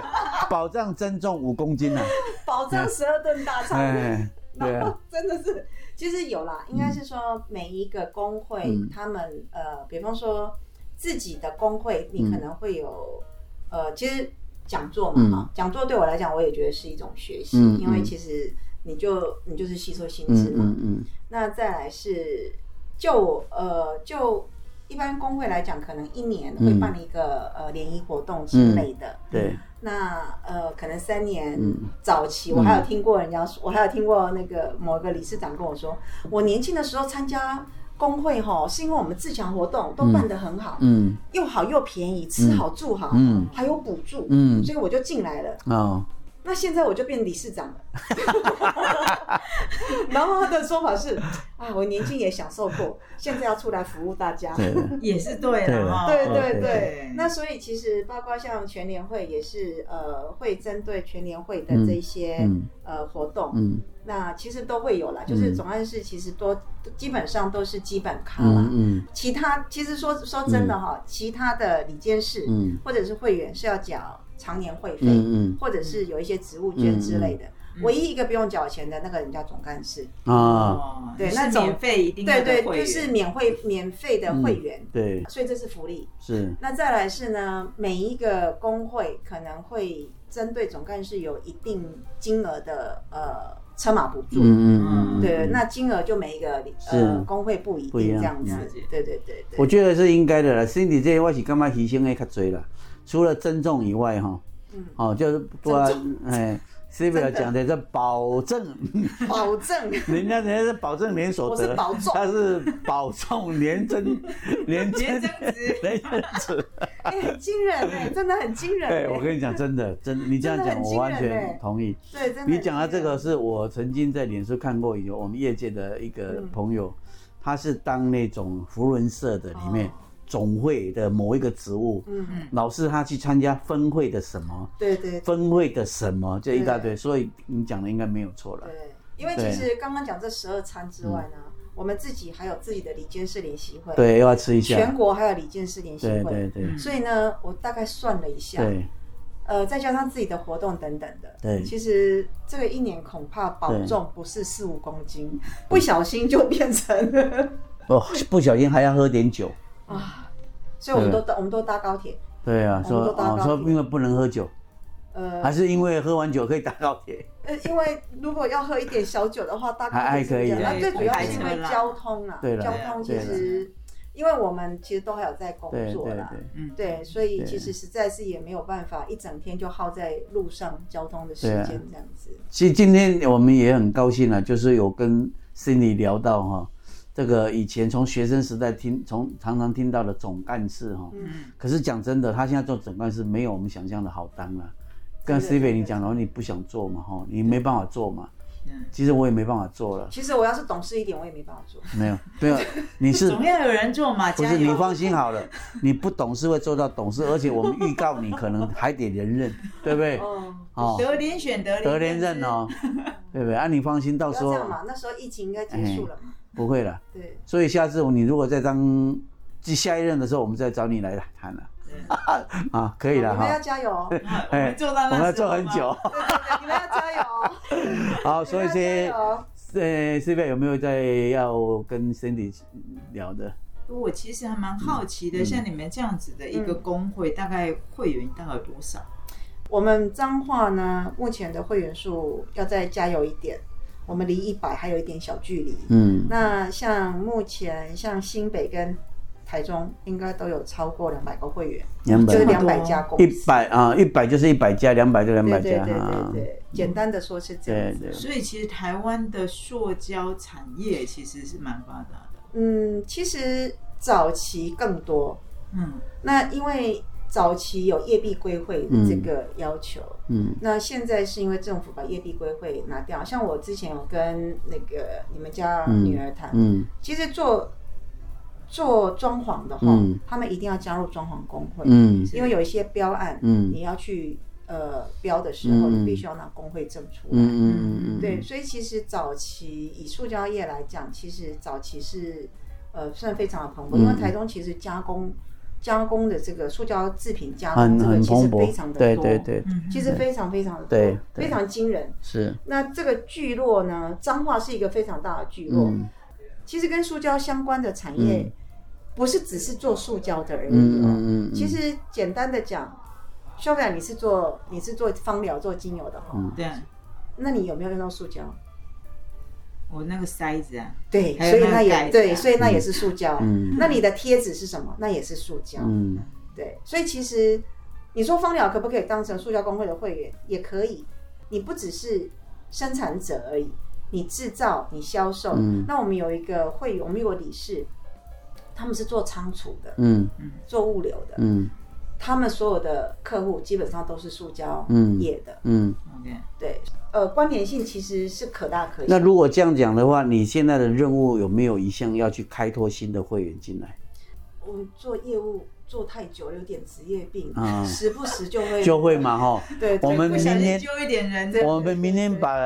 Speaker 1: 保障增重五公 斤啊！
Speaker 3: 保证十二顿大餐。
Speaker 1: 哎，对
Speaker 3: 然
Speaker 1: 啊，
Speaker 3: 后 真的是，其实有啦，应该是说每一个工会，
Speaker 1: 嗯
Speaker 3: 他们呃，比方说自己的工会，你可能会有、呃，其实讲座嘛，
Speaker 1: 嗯
Speaker 3: 哈讲座对我来讲，我也觉得是一种学习，
Speaker 1: 嗯
Speaker 3: 因为
Speaker 1: 嗯
Speaker 3: 其实你就你就是吸收新知
Speaker 1: 嗯
Speaker 3: 嘛。
Speaker 1: 嗯嗯，
Speaker 3: 那再来是就呃就。一般工会来讲，可能一年会
Speaker 1: 嗯
Speaker 3: 办一个、呃联谊活动之类的，
Speaker 1: 对，
Speaker 3: 那呃，可能三年
Speaker 1: 嗯
Speaker 3: 早期，我还有听过人家说，我还有听过那个某个理事长跟我说，我年轻的时候参加工会吼，是因为我们自强活动都办得很好，
Speaker 1: 嗯
Speaker 3: 又好又便宜，吃好住好，
Speaker 1: 嗯
Speaker 3: 还有补助，
Speaker 1: 嗯
Speaker 3: 所以我就进来了。
Speaker 1: 哦，
Speaker 3: 那现在我就变理事长了。 然后他的说法是，啊，我年轻也享受过，现在要出来服务大家。
Speaker 1: 对，
Speaker 2: 也是对哦了哈，
Speaker 3: 对
Speaker 1: 对
Speaker 3: 对
Speaker 1: 对
Speaker 3: 对，那所以其实包括像全联会也是呃，会针对全联会的这一些、
Speaker 1: 嗯
Speaker 3: 呃活动，
Speaker 1: 嗯
Speaker 3: 那其实都会有啦。就是
Speaker 1: 嗯
Speaker 3: 总干事其实多基本上都是基本咖啦，
Speaker 1: 嗯嗯
Speaker 3: 其他其实说说真的哈、其他的理监事、
Speaker 1: 嗯
Speaker 3: 或者是会员是要缴常年会费，
Speaker 1: 嗯
Speaker 3: 或者是有一些职务捐之类的。唯一一个不用缴钱的那个人叫总干事，
Speaker 1: 嗯啊，
Speaker 2: 哦
Speaker 3: 对
Speaker 2: 是
Speaker 3: 那种
Speaker 2: 免费一定
Speaker 3: 对
Speaker 2: 要
Speaker 3: 对，
Speaker 2: 的会
Speaker 3: 就
Speaker 2: 员
Speaker 3: 是免会免费的会员，
Speaker 1: 对，
Speaker 3: 所以这是福利。
Speaker 1: 是，
Speaker 3: 那再来是呢，每一个工会可能会针对总干事有一定金额的呃车马补助，
Speaker 1: 嗯嗯嗯，
Speaker 3: 对，那金额就每一个呃
Speaker 1: 是
Speaker 3: 工会不一
Speaker 1: 不一
Speaker 3: 定
Speaker 1: 样
Speaker 3: 这样子
Speaker 2: 了解，
Speaker 3: 对对对
Speaker 1: 我
Speaker 3: 对，
Speaker 1: 觉得是应该的啦。Cindy 这些我是干嘛牺牲的较多啦，除了增重以外哈，
Speaker 3: 嗯
Speaker 1: 哦，就是不然，哎，Cindy 要讲的是保证，
Speaker 3: 保证
Speaker 1: 人家人家是保证连锁
Speaker 3: 我是
Speaker 1: 得，
Speaker 3: 保重
Speaker 1: 他是保重连 增连增
Speaker 2: 连增值
Speaker 1: 连增值。
Speaker 3: 哎，很惊人哎，真的很惊 人
Speaker 1: 对，我
Speaker 3: 哎，
Speaker 1: 跟你讲，真的真，你这样
Speaker 3: 真的
Speaker 1: 讲
Speaker 3: 很
Speaker 1: 我
Speaker 3: 惊人
Speaker 1: 完
Speaker 3: 欸
Speaker 1: 全同意。
Speaker 3: 对，真的。
Speaker 1: 你讲到这个，，是我曾经在脸书看过有我们业界的一个
Speaker 3: 嗯
Speaker 1: 朋友，他是当那种福伦社的里面
Speaker 3: 哦
Speaker 1: 总会的某一个职务，
Speaker 3: 嗯，
Speaker 1: 老是他去参加分会的什么，
Speaker 3: 对对对
Speaker 1: 分会的什么，这一大堆，所以你讲的应该没有错了。
Speaker 3: 对，因为其
Speaker 1: 对
Speaker 3: 实刚刚讲这十二餐之外呢，我们自己还有自己的理监事联席会，，
Speaker 1: 对，又要吃一
Speaker 3: 全
Speaker 1: 下。
Speaker 3: 国还有理监事联席
Speaker 1: 对对
Speaker 3: 会，嗯
Speaker 1: 对
Speaker 3: 所以呢，我大概算了一下，
Speaker 1: 对
Speaker 3: 呃，再加上自己的活动等等的，
Speaker 1: 对
Speaker 3: 其实这个一年恐怕保重不是四五公斤，不小心就 变成
Speaker 1: 哦，不小心还要喝点酒。
Speaker 3: 啊，所以我们都搭我们都搭高铁，
Speaker 1: 对啊，
Speaker 3: 我们
Speaker 1: 说
Speaker 3: 都搭
Speaker 1: 哦
Speaker 3: 高
Speaker 1: 说
Speaker 3: 铁
Speaker 1: 因为不能喝酒，还
Speaker 3: 呃
Speaker 1: 是因为喝完酒可以打高铁？
Speaker 3: 呃，因为如果要喝一点小酒的话，搭高
Speaker 1: 还还
Speaker 3: 铁是
Speaker 1: 可以
Speaker 3: 这样，
Speaker 1: 啊
Speaker 3: 那最主要是因
Speaker 2: 对
Speaker 3: 为
Speaker 2: 对
Speaker 3: 交通啊，
Speaker 1: 对啦
Speaker 3: 交通其
Speaker 2: 对
Speaker 3: 实因为我们其实都还有在工
Speaker 1: 对
Speaker 3: 作
Speaker 1: 对
Speaker 3: 啦。
Speaker 1: 对
Speaker 2: 嗯，
Speaker 3: 对，所以
Speaker 1: 对
Speaker 3: 其实实在是也没有办法一整天就耗在路上交通的时
Speaker 1: 对啊
Speaker 3: 间这样子。
Speaker 1: 其实今天我们也很高兴啊，就是有跟 Cindy 聊到哈、这个以前从学生时代听从常常听到的总干事哈、
Speaker 2: 嗯
Speaker 1: 可是讲真的，他现在做总干事没有我们想象的好当啊。
Speaker 3: 真
Speaker 1: 跟
Speaker 3: 的
Speaker 1: Steve
Speaker 3: 真的
Speaker 1: 你讲了，你不想做嘛，哈，你没办法做嘛，
Speaker 2: 嗯，
Speaker 1: 其实我也没办法做 了，
Speaker 3: 其实我要是懂事一点，我也没办法做。
Speaker 1: 没有，没有，你是
Speaker 2: 总要有人做嘛，
Speaker 1: 不
Speaker 2: 加
Speaker 1: 是你
Speaker 2: 油！
Speaker 1: 放心好了，你不懂事会做到懂事，而且我们预告你可能还得连任，对不对？
Speaker 3: 哦，
Speaker 1: 哦，
Speaker 2: 得连选得
Speaker 1: 得连任，哦，对不对？啊，你放心，到
Speaker 3: 不要
Speaker 1: 时
Speaker 3: 这
Speaker 1: 候
Speaker 3: 样嘛，那时候疫情应该结束了嘛。
Speaker 1: 不会了。
Speaker 3: 对，
Speaker 1: 所以下次你如果再当继下一任的时候，我们再找你来谈了
Speaker 2: 对
Speaker 1: 啊，可以了
Speaker 3: 你们要
Speaker 1: 哈。
Speaker 3: 加油哦，对
Speaker 2: 我们做到那
Speaker 1: 哎我们要做
Speaker 2: 时候
Speaker 1: 很
Speaker 2: 吗
Speaker 1: 久，
Speaker 3: 对对，你们要加油哦。
Speaker 1: 好，所以
Speaker 3: 你们要
Speaker 1: 这
Speaker 3: 加油哦
Speaker 1: 呃 C 贝有没有在要跟 Cindy 聊的？
Speaker 2: 我其实还蛮好奇的，
Speaker 1: 嗯
Speaker 2: 像你们这样子的一个工会，大概会员大概有多少？
Speaker 3: 我们彰化呢，目前的会员数要再加油一点，我们离一百还有一点小距离。
Speaker 1: 嗯，
Speaker 3: 那像目前像新北跟台中，应该都有超过两百个会员，
Speaker 1: 两
Speaker 3: 就是
Speaker 1: 百哦
Speaker 2: 200
Speaker 3: 两百家公司。
Speaker 1: 一百啊，一百就是一百家，两百就两百
Speaker 3: 对对
Speaker 1: 家
Speaker 3: 对对
Speaker 1: 哈。
Speaker 3: 对，简单的说是这样
Speaker 1: 对
Speaker 3: 子。
Speaker 1: 对，
Speaker 2: 所以其实台湾的塑胶产业其实是蛮发达的。
Speaker 3: 嗯，其实早期更多，
Speaker 2: 嗯，
Speaker 3: 那因为早期有业必归会
Speaker 1: 嗯
Speaker 3: 这个要求，
Speaker 1: 嗯
Speaker 3: 那现在是因为政府把业必归会拿掉。像我之前有跟那个你们家女儿谈，
Speaker 1: 嗯
Speaker 3: 其实做做装潢的话，
Speaker 1: 嗯
Speaker 3: 他们一定要加入装潢工会，
Speaker 1: 嗯
Speaker 3: 因为有一些标案，
Speaker 1: 嗯
Speaker 3: 你要去呃标的时候，
Speaker 1: 嗯
Speaker 3: 你必须要拿工会证出
Speaker 1: 嗯
Speaker 3: 来。
Speaker 1: 嗯嗯，
Speaker 3: 对，所以其实早期以塑胶业来讲，其实早期是呃算非常的蓬勃，因为
Speaker 1: 嗯
Speaker 3: 台中其实加工加工的这个塑胶制品加工
Speaker 1: 很
Speaker 3: 这个
Speaker 1: 很
Speaker 3: 其实
Speaker 1: 蓬
Speaker 3: 非
Speaker 1: 勃
Speaker 3: 常，的多，
Speaker 1: 对对对，
Speaker 2: 嗯
Speaker 3: 其实非常非常的多，
Speaker 1: 对对
Speaker 3: 非常惊人。
Speaker 1: 是，
Speaker 3: 那这个聚落呢，彰化是一个非常大的聚落，
Speaker 1: 嗯
Speaker 3: 其实跟塑胶相关的产业不是只是做塑胶的而已
Speaker 1: 嗯
Speaker 3: 哦。
Speaker 1: 嗯嗯，
Speaker 3: 其实简单的讲，肖表你是做你是做芳疗做精油的哈、
Speaker 1: 嗯
Speaker 2: 对，
Speaker 3: 那你有没有用到塑胶？
Speaker 2: 我那个塞子啊，
Speaker 3: 对，
Speaker 2: 还有
Speaker 3: 所以
Speaker 2: 那个
Speaker 3: 那
Speaker 2: 盖子
Speaker 3: 也对，
Speaker 2: 啊
Speaker 3: 所以那也是塑胶。
Speaker 1: 嗯
Speaker 3: 那你的贴纸是什么？那也是塑胶。
Speaker 1: 嗯
Speaker 3: 对，所以其实你说芳疗可不可以当成塑胶工会的会员？也可以。你不只是生产者而已，你制造、你销售。
Speaker 1: 嗯
Speaker 3: 那我们有一个会员，我们有个理事，他们是做仓储的，
Speaker 1: 嗯
Speaker 3: 做物流的。
Speaker 1: 嗯
Speaker 3: 他们所有的客户基本上都是塑胶
Speaker 1: 嗯
Speaker 3: 业的。
Speaker 1: 嗯。
Speaker 2: ，OK，
Speaker 3: 对，呃，关联性其实是可大可小。
Speaker 1: 那如果这样讲的话，你现在的任务有没有一项要去开拓新的会员进来？
Speaker 3: 我做业务做太久了，有点职业病，
Speaker 1: 啊
Speaker 3: 时不时就会
Speaker 1: 就会嘛哈。
Speaker 3: 对对
Speaker 1: 我们
Speaker 2: 不
Speaker 1: 明
Speaker 2: 小心
Speaker 1: 天
Speaker 2: 揪一点人，
Speaker 1: 我们明天把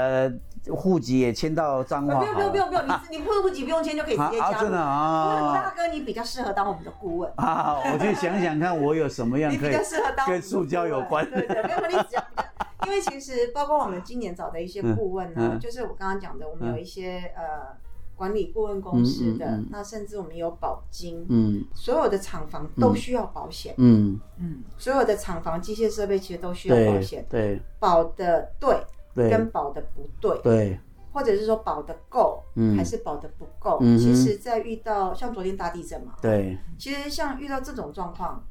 Speaker 1: 户籍也迁到彰
Speaker 3: 呃
Speaker 1: 化
Speaker 3: 不用不
Speaker 1: 好
Speaker 3: 用不
Speaker 1: 了。
Speaker 3: 用不用，你你不户籍不用签就可以直
Speaker 1: 啊
Speaker 3: 接
Speaker 1: 啊，
Speaker 3: 加
Speaker 1: 真
Speaker 3: 入。
Speaker 1: 的
Speaker 3: 因为
Speaker 1: 啊
Speaker 3: 大哥，你比较适合当我们的顾问，
Speaker 1: 啊！我去想想看，我有什么样
Speaker 3: 你
Speaker 1: 可
Speaker 3: 比
Speaker 1: 以
Speaker 3: 较适合当我们的顾问
Speaker 1: 跟塑胶有关
Speaker 3: 对对，没有你只要比较。因为其实包括我们今年找的一些顾问呢，
Speaker 1: 嗯嗯
Speaker 3: 就是我刚刚讲的，我们有一些、呃管理顾问
Speaker 1: 嗯
Speaker 3: 公司
Speaker 1: 嗯
Speaker 3: 的，
Speaker 1: 嗯
Speaker 3: 那甚至我们有保金，
Speaker 1: 嗯
Speaker 3: 所有的厂房都需要保险，
Speaker 1: 嗯，
Speaker 2: 嗯，
Speaker 3: 所有的厂房机械设备其实都需要保
Speaker 1: 对
Speaker 3: 险，
Speaker 1: 对
Speaker 3: 保的对
Speaker 1: 对
Speaker 3: 跟保的不对，
Speaker 1: 对，
Speaker 3: 或者是说保的够，
Speaker 1: 嗯
Speaker 3: 还是保的不够。
Speaker 1: 嗯哼
Speaker 3: 其实，在遇到像昨天大地震嘛，
Speaker 1: 对
Speaker 3: 其实像遇到这种状况，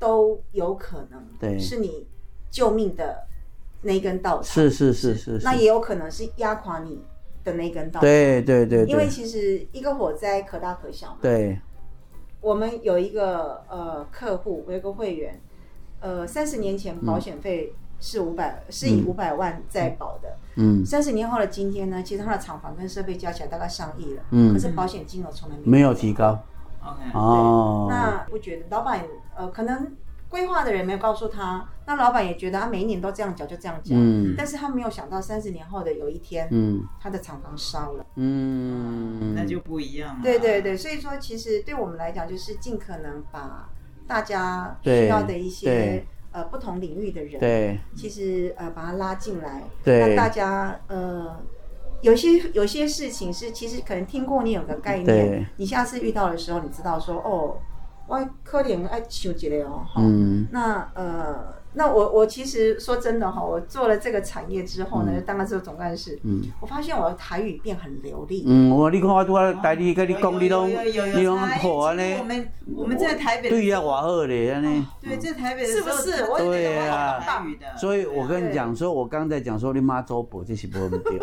Speaker 3: 都有可
Speaker 1: 对
Speaker 3: 能是你救命的那一根稻草，
Speaker 1: 是是是是
Speaker 3: 那
Speaker 1: 是，
Speaker 3: 也有可能是压垮你的那一根稻草。
Speaker 1: 对对对
Speaker 3: 因为
Speaker 1: 对
Speaker 3: 其实一个火灾可大可小嘛。
Speaker 1: 对，
Speaker 3: 我们有一个呃客户，我有一个会员，呃，三十年前保险费是五百、是以五百万在保的。
Speaker 1: 嗯嗯，
Speaker 3: 三十年后的今天呢，其实它的厂房跟设备加起来大概上亿了，
Speaker 1: 嗯
Speaker 3: 可是保险金额从来没
Speaker 1: 没有提高
Speaker 2: OK，
Speaker 1: 哦。
Speaker 3: 那我觉得老板呃，可能规划的人没有告诉他，那老板也觉得他每一年都这样缴就这样缴，
Speaker 1: 嗯
Speaker 3: 但是他没有想到三十年后的有一天，
Speaker 1: 嗯
Speaker 3: 他的厂房烧了。
Speaker 1: 嗯，
Speaker 2: 那就不一样了。
Speaker 3: 对对对，所以说其实对我们来讲，就是尽可能把大家
Speaker 1: 对
Speaker 3: 需要的一些
Speaker 1: 对
Speaker 3: 呃不同领域的人，
Speaker 1: 对
Speaker 3: 其实呃把他拉进来，那
Speaker 1: 对嗯
Speaker 3: 大家呃有些有些事情是其实可能听过你有个概
Speaker 1: 对
Speaker 3: 念，你下次遇到的时候你知道说哦，我可能爱想一个哦，哈
Speaker 1: 嗯
Speaker 3: 那呃那我我其实说真的哈、我做了这个产业之后呢，当了这个总干事，
Speaker 1: 嗯。
Speaker 3: 我发现我的台语变很流利，
Speaker 1: 嗯，我你看我拄仔台你
Speaker 2: 有
Speaker 1: 跟你讲，你拢
Speaker 2: 有
Speaker 3: 哎
Speaker 2: 有有
Speaker 1: 你
Speaker 2: 有
Speaker 1: 拢
Speaker 2: 才
Speaker 1: 好安
Speaker 2: 其实我
Speaker 1: 尼，
Speaker 2: 们我们在台北的
Speaker 1: 对
Speaker 2: 时
Speaker 1: 呀，
Speaker 2: 候
Speaker 1: 偌好咧
Speaker 3: 哦
Speaker 1: 安尼。
Speaker 2: 对，在台北的
Speaker 3: 是
Speaker 2: 时
Speaker 3: 不
Speaker 2: 候
Speaker 3: 是？我也觉
Speaker 1: 对
Speaker 3: 得我
Speaker 1: 啊
Speaker 3: 好
Speaker 2: 台
Speaker 3: 棒。
Speaker 2: 语的，
Speaker 1: 所以我跟你讲说，我刚才讲说你妈周伯这是无毋对，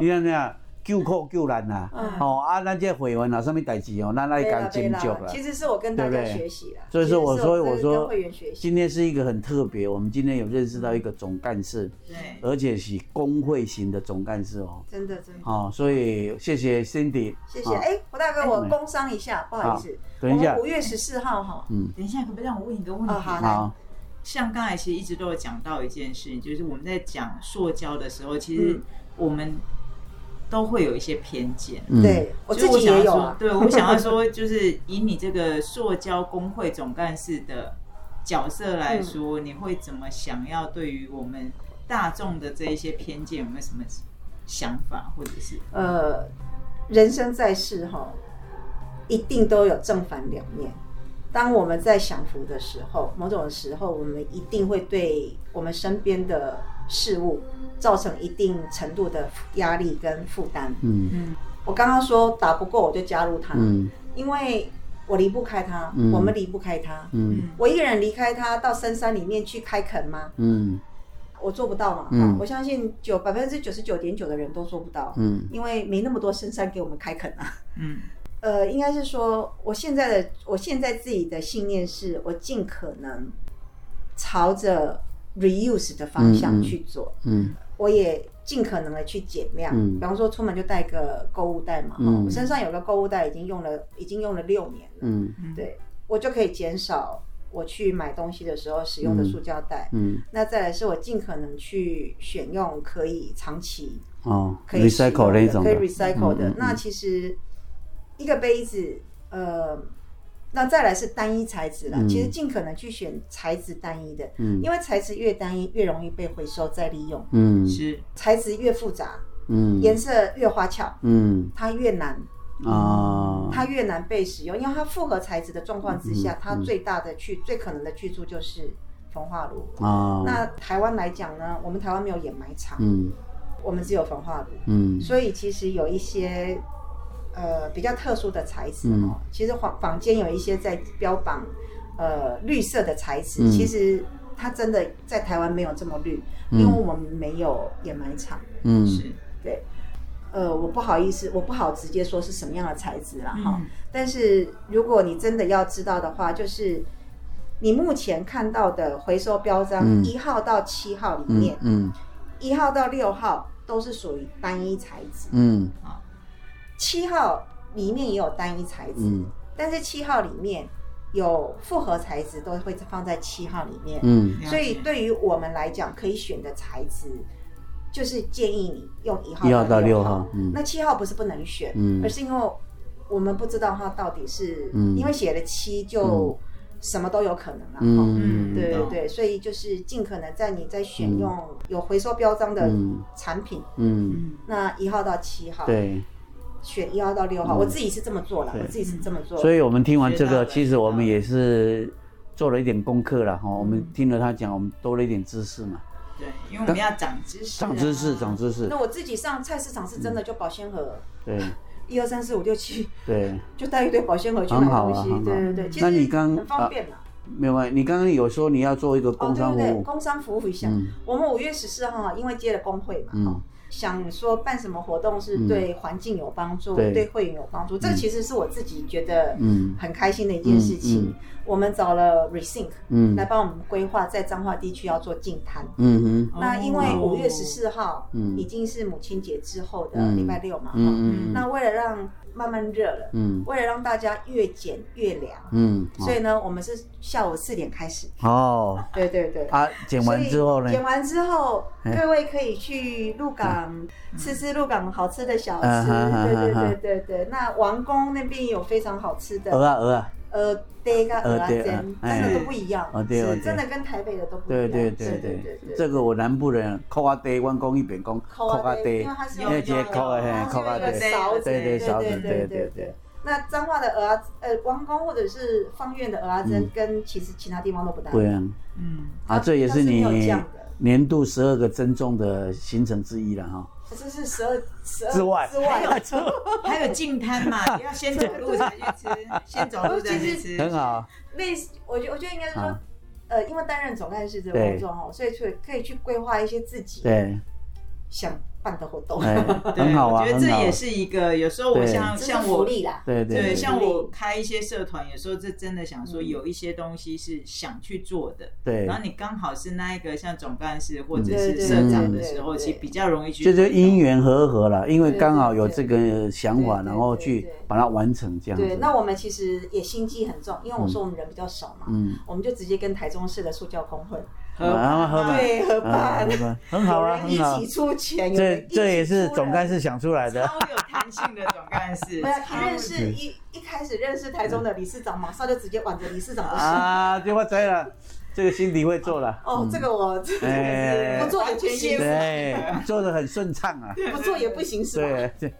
Speaker 1: 你看那啊救苦救难啦、
Speaker 3: 嗯
Speaker 1: 吼、啊，咱这会员啊，什么代志哦，咱爱
Speaker 3: 对啦
Speaker 1: 讲
Speaker 3: 对
Speaker 1: 斟酌
Speaker 3: 啦
Speaker 1: 啦。
Speaker 3: 其实是我跟大
Speaker 1: 对
Speaker 3: 家
Speaker 1: 不对
Speaker 3: 学习啦，
Speaker 1: 所以说我
Speaker 3: 其实是
Speaker 1: 所以我
Speaker 3: 跟
Speaker 1: 说
Speaker 3: 跟会员学习，
Speaker 1: 今天是一个很特别，我们今天有认识到一个总干事，
Speaker 3: 嗯
Speaker 2: 对，
Speaker 1: 而且是工会型的总干事哦。
Speaker 3: 真的真的，
Speaker 1: 好、所以谢谢 Cindy。
Speaker 3: 谢谢。
Speaker 1: 好
Speaker 3: 哎，我大哥，
Speaker 1: 哎
Speaker 3: 我
Speaker 1: 没
Speaker 3: 工商一下，不好意思，
Speaker 1: 等一下
Speaker 3: 五月十四号哈，
Speaker 1: 嗯，
Speaker 2: 等一下可不可以让我问你个问
Speaker 3: 哦
Speaker 2: 题？
Speaker 3: 好来
Speaker 1: 好，
Speaker 2: 像刚才其实一直都有讲到一件事情，就是我们在讲塑胶的时候，其实
Speaker 3: 嗯
Speaker 2: 我们都会有一些偏见。
Speaker 1: 嗯，
Speaker 3: 对我
Speaker 2: 就是
Speaker 3: 自己
Speaker 2: 想要
Speaker 3: 也有
Speaker 2: 说
Speaker 3: 啊，，
Speaker 2: 对我想要说，就是以你这个塑胶工会总干事的角色来
Speaker 3: 嗯
Speaker 2: 说，你会怎么想要对于我们大众的这一些偏见有没有什么想法，或者是
Speaker 3: 呃，人生在世哈，一定都有正反两面。当我们在享福的时候，某种时候我们一定会对我们身边的事物造成一定程度的压力跟负担。
Speaker 1: 嗯
Speaker 3: 我刚刚说打不过我就加入他，
Speaker 1: 嗯
Speaker 3: 因为我离不开他，
Speaker 1: 嗯
Speaker 3: 我们离不开他。
Speaker 1: 嗯
Speaker 3: 我一个人离开他到深山里面去开垦吗？
Speaker 1: 嗯
Speaker 3: 我做不到嘛。
Speaker 1: 嗯
Speaker 3: 啊我相信九百分之九十九点九的人都做不到，
Speaker 1: 嗯
Speaker 3: 因为没那么多深山给我们开垦啊。
Speaker 2: 嗯
Speaker 3: 呃，应该是说，我现在的我现在自己的信念是我尽可能朝着 reuse 的方
Speaker 1: 嗯嗯
Speaker 3: 向去做，
Speaker 1: 嗯
Speaker 3: 我也尽可能的去减量。
Speaker 1: 嗯
Speaker 3: 比方说，出门就带个购物袋嘛，
Speaker 1: 嗯
Speaker 3: 我身上有个购物袋已经用了，已经用了六年了，
Speaker 1: 嗯
Speaker 2: 嗯，
Speaker 3: 对我就可以减少我去买东西的时候使用的塑胶袋。
Speaker 1: 嗯，
Speaker 3: 那再来是我尽可能去选用可以长期
Speaker 1: 哦
Speaker 3: 可以使用
Speaker 1: ，recycle
Speaker 3: 的
Speaker 1: 那种
Speaker 3: 可
Speaker 1: 的
Speaker 3: 以 recycle
Speaker 1: 嗯
Speaker 3: 的。
Speaker 1: 嗯
Speaker 3: 那
Speaker 1: 嗯
Speaker 3: 其实一个杯子，呃，那再来是单一材质啦。
Speaker 1: 嗯
Speaker 3: 其实尽可能去选材质单一的，
Speaker 1: 嗯
Speaker 3: 因为材质越单一，越容易被回收再利用；
Speaker 1: 嗯
Speaker 2: 是
Speaker 3: 材质越复杂，
Speaker 1: 嗯
Speaker 3: 颜色越花俏，
Speaker 1: 嗯
Speaker 3: 它越难，
Speaker 1: 啊，
Speaker 3: 它越难被使用，因为它复合材质的状况之
Speaker 1: 嗯
Speaker 3: 下
Speaker 1: 嗯，
Speaker 3: 它最大的去最可能的去处就是焚化炉。
Speaker 1: 啊，
Speaker 3: 那台湾来讲呢，我们台湾没有掩埋场，
Speaker 1: 嗯
Speaker 3: 我们只有焚化炉。
Speaker 1: 嗯
Speaker 3: 所以其实有一些呃比较特殊的材质哦，
Speaker 1: 嗯
Speaker 3: 其实坊坊间有一些在标榜呃绿色的材质，
Speaker 1: 嗯
Speaker 3: 其实它真的在台湾没有这么绿，
Speaker 1: 嗯
Speaker 3: 因为我们没有掩埋场。
Speaker 1: 嗯
Speaker 2: 是，
Speaker 3: 对，呃，我不好意思，我不好直接说是什么样的材质啦哈。
Speaker 2: 嗯
Speaker 3: 但是如果你真的要知道的话，就是你目前看到的回收标章
Speaker 1: 嗯
Speaker 3: 一号到七号里面
Speaker 1: 嗯，嗯
Speaker 3: 一、号到六号都是属于单一材质。
Speaker 1: 嗯
Speaker 3: 七号里面也有单一材质，
Speaker 1: 嗯
Speaker 3: 但是七号里面有复合材质都会放在七号里面。
Speaker 1: 嗯
Speaker 2: 了解
Speaker 3: 所以对于我们来讲，可以选的材质就是建议你用一号
Speaker 1: 一号到
Speaker 3: 六
Speaker 1: 六号嗯
Speaker 3: 那七号不是不能选，
Speaker 1: 嗯
Speaker 3: 而是因为我们不知道它到底是，
Speaker 1: 嗯
Speaker 3: 因为写了七就什么都有可能了。哦
Speaker 1: 嗯
Speaker 3: 对对
Speaker 2: 懂
Speaker 3: 对，所以就是尽可能在你在选
Speaker 1: 嗯
Speaker 3: 用有回收标章的
Speaker 1: 嗯
Speaker 3: 产品，
Speaker 1: 嗯，
Speaker 2: 嗯
Speaker 3: 那一号到七号，
Speaker 1: 对，
Speaker 3: 选一号到六号，
Speaker 1: 嗯
Speaker 3: 我自己是这么做了，
Speaker 1: 对
Speaker 3: 我自己是这么做。
Speaker 1: 所以我们听完这
Speaker 2: 学到
Speaker 1: 个，
Speaker 2: 了
Speaker 1: 其实我们也是做了一点功课了哈，我们听了他讲，我们多了一点知识嘛，
Speaker 2: 对，因为我们要长知识啊，
Speaker 1: 长知识，长知识
Speaker 3: 那，我自己上菜市场是
Speaker 1: 嗯
Speaker 3: 真的就保鲜盒，
Speaker 1: 对
Speaker 3: 一二三四五六七，
Speaker 1: 对。
Speaker 3: 就带一堆保鲜盒去买
Speaker 1: 很好啊
Speaker 3: 东西
Speaker 1: 很好。
Speaker 3: 对对对，其实
Speaker 1: 那你刚
Speaker 3: 很方便啦。
Speaker 1: 另外，你刚刚有说你要做一个
Speaker 3: 哦，
Speaker 1: 工
Speaker 3: 对
Speaker 1: 商
Speaker 3: 对
Speaker 1: 服
Speaker 3: 对，
Speaker 1: 务，
Speaker 3: 工商服务一下。
Speaker 1: 嗯
Speaker 3: 我们五月十四号啊因为接了工会嘛，哦
Speaker 1: 嗯
Speaker 3: 想说办什么活动是对环境有帮助，
Speaker 1: 对
Speaker 3: 对会员有帮助。这个其实是我自己觉得
Speaker 1: 嗯
Speaker 3: 很开心的一件事
Speaker 1: 嗯
Speaker 3: 情
Speaker 1: 嗯。
Speaker 3: 我们找了 Rethink
Speaker 1: 嗯
Speaker 3: 来帮我们规划在彰化地区要做净滩。
Speaker 1: 嗯哼，
Speaker 2: 哦
Speaker 3: 那因为五月十，四号
Speaker 1: 嗯
Speaker 3: 已经是母亲节之后的
Speaker 1: 嗯
Speaker 3: 礼拜六嘛，哈
Speaker 1: 嗯嗯
Speaker 3: 那为了让慢慢热了，
Speaker 1: 嗯
Speaker 3: 为了让大家越减越凉，
Speaker 1: 嗯，
Speaker 3: 所以呢，我们是下午四点开始。
Speaker 1: 哦
Speaker 3: 对对对。
Speaker 1: 啊，剪完之后呢
Speaker 3: 所以，剪完之后，
Speaker 1: 哎
Speaker 3: 各位可以去鹿港吃吃鹿港好吃的小吃，
Speaker 1: 嗯哈哈
Speaker 3: 对对
Speaker 1: 哈哈
Speaker 3: 对对对。那王宫那边有非常好吃
Speaker 1: 鹅
Speaker 3: 的，
Speaker 1: 啊鹅啊，
Speaker 3: 呃，对个鹅啊
Speaker 1: 对
Speaker 3: 煎，真
Speaker 1: 哎
Speaker 3: 的都不一样，
Speaker 1: 哦对哦
Speaker 3: 是
Speaker 1: 对
Speaker 3: 真的跟台北的都不一
Speaker 1: 对
Speaker 3: 样。
Speaker 1: 对
Speaker 3: 是
Speaker 1: 对
Speaker 3: 对
Speaker 1: 对，这个我南部人扣啊爹，弯公一边公
Speaker 3: 扣
Speaker 1: 扣
Speaker 3: 啊
Speaker 1: 啊
Speaker 3: 爹，
Speaker 1: 爹
Speaker 3: 因为，它是
Speaker 1: 那节扣啊嘿扣啊
Speaker 3: 对
Speaker 1: 爹，
Speaker 3: 勺子，
Speaker 1: 对对勺子，对对
Speaker 3: 对
Speaker 1: 对，。
Speaker 3: 那彰化的鹅啊，呃，王宫或者是方院的鹅啊胗，跟其实其他地方都不大
Speaker 1: 嗯
Speaker 3: 一
Speaker 1: 对
Speaker 3: 样。
Speaker 1: 啊
Speaker 2: 嗯，
Speaker 1: 啊，这也是
Speaker 3: 它
Speaker 1: 你
Speaker 3: 没有酱的，
Speaker 1: 年度十二个珍重的行程之一了哈。
Speaker 3: 这是十二十二
Speaker 1: 之外
Speaker 3: 之外。
Speaker 2: 还有净 滩嘛，不要先走路才去吃，先走路再去吃，
Speaker 1: 很好，
Speaker 3: 类似，我觉我觉得应该是说
Speaker 1: 啊，
Speaker 3: 呃，因为担任总干事这个
Speaker 1: 对
Speaker 3: 工作哈，所以去可以去规划一些自己
Speaker 1: 对，
Speaker 4: 想办的活动。
Speaker 1: 哎，
Speaker 2: 对，
Speaker 1: 很好啊，
Speaker 2: 我觉得这
Speaker 1: 很好啊。
Speaker 2: 也是一个，有时候我
Speaker 1: 对
Speaker 2: 像
Speaker 3: 这
Speaker 2: 像
Speaker 3: 是福
Speaker 2: 我。
Speaker 3: 利啦，
Speaker 1: 对对
Speaker 2: 对，
Speaker 1: 对，嗯
Speaker 2: 像我开一些社团，有时候这真的想说有一些东西是想去做的，
Speaker 1: 对
Speaker 2: 然，后你刚好是那一个像总干事或者
Speaker 3: 对
Speaker 2: 是
Speaker 3: 对
Speaker 2: 社长
Speaker 1: 对
Speaker 2: 的时候，
Speaker 3: 对对
Speaker 2: 其实比较容易去
Speaker 1: 这
Speaker 2: 推动。
Speaker 1: 就因缘和合了，因为
Speaker 3: 对
Speaker 1: 刚好
Speaker 3: 对
Speaker 1: 有
Speaker 3: 对
Speaker 1: 这个想法，
Speaker 3: 对对
Speaker 1: 然后
Speaker 3: 对
Speaker 1: 去
Speaker 3: 对
Speaker 1: 把它完成这样
Speaker 3: 对，
Speaker 1: 子。
Speaker 3: 那我们其实也心机很重，因为我说我们人比较少嘛，
Speaker 1: 嗯，
Speaker 3: 我们就直接跟台中市的塑胶工会，
Speaker 1: 然后合办，
Speaker 3: 对，
Speaker 1: 啊
Speaker 3: 合办，
Speaker 1: 合办，很好啊，
Speaker 3: 有人
Speaker 1: 很好
Speaker 3: 一。起出钱，有
Speaker 1: 这
Speaker 3: 人一起
Speaker 1: 这也是
Speaker 3: 出
Speaker 1: 总
Speaker 3: 人
Speaker 1: 干事想出来的。
Speaker 2: 超有弹性的总干 事，
Speaker 3: 没有
Speaker 2: 超
Speaker 3: 一认识一一开始认识台中的理事长，马上就直接挽着理事长的手。
Speaker 1: 啊，就我知了，这个心里会做了。
Speaker 3: 哦
Speaker 1: 嗯，
Speaker 3: 这个我真的
Speaker 1: 哎
Speaker 3: 是不做也不行，
Speaker 1: 对，做的很顺畅啊。
Speaker 3: 不做也不 行，是吧？
Speaker 1: 对对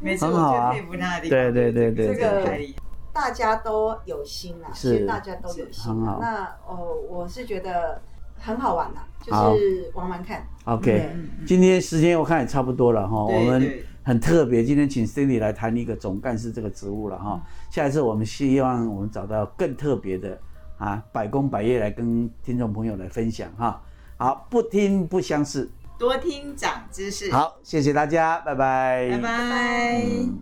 Speaker 2: 每次我
Speaker 1: 很好啊
Speaker 2: 最佩服他的地方，
Speaker 1: 对对对对
Speaker 2: 这
Speaker 1: 对
Speaker 2: 个
Speaker 3: 对
Speaker 2: 太厉害
Speaker 3: 大家都有心啦，
Speaker 1: 是
Speaker 3: 其实大家都有
Speaker 1: 是
Speaker 3: 心
Speaker 1: 很好
Speaker 3: 啦。那哦，我是觉得很好玩啦，就是玩玩看。
Speaker 1: ，OK
Speaker 2: 嗯嗯。
Speaker 1: 今天时间我看也差不多了哈，
Speaker 2: 对
Speaker 1: 我们
Speaker 2: 对
Speaker 1: 很特别，今天请 Cindy 来谈一个总干事这个职务了哈。下一次我们希望我们找到更特别的啊，百工百业来跟听众朋友来分享哈。好，不听不相识。
Speaker 2: 多听长知识。，
Speaker 1: 好，谢谢大家，拜拜。
Speaker 2: 拜拜。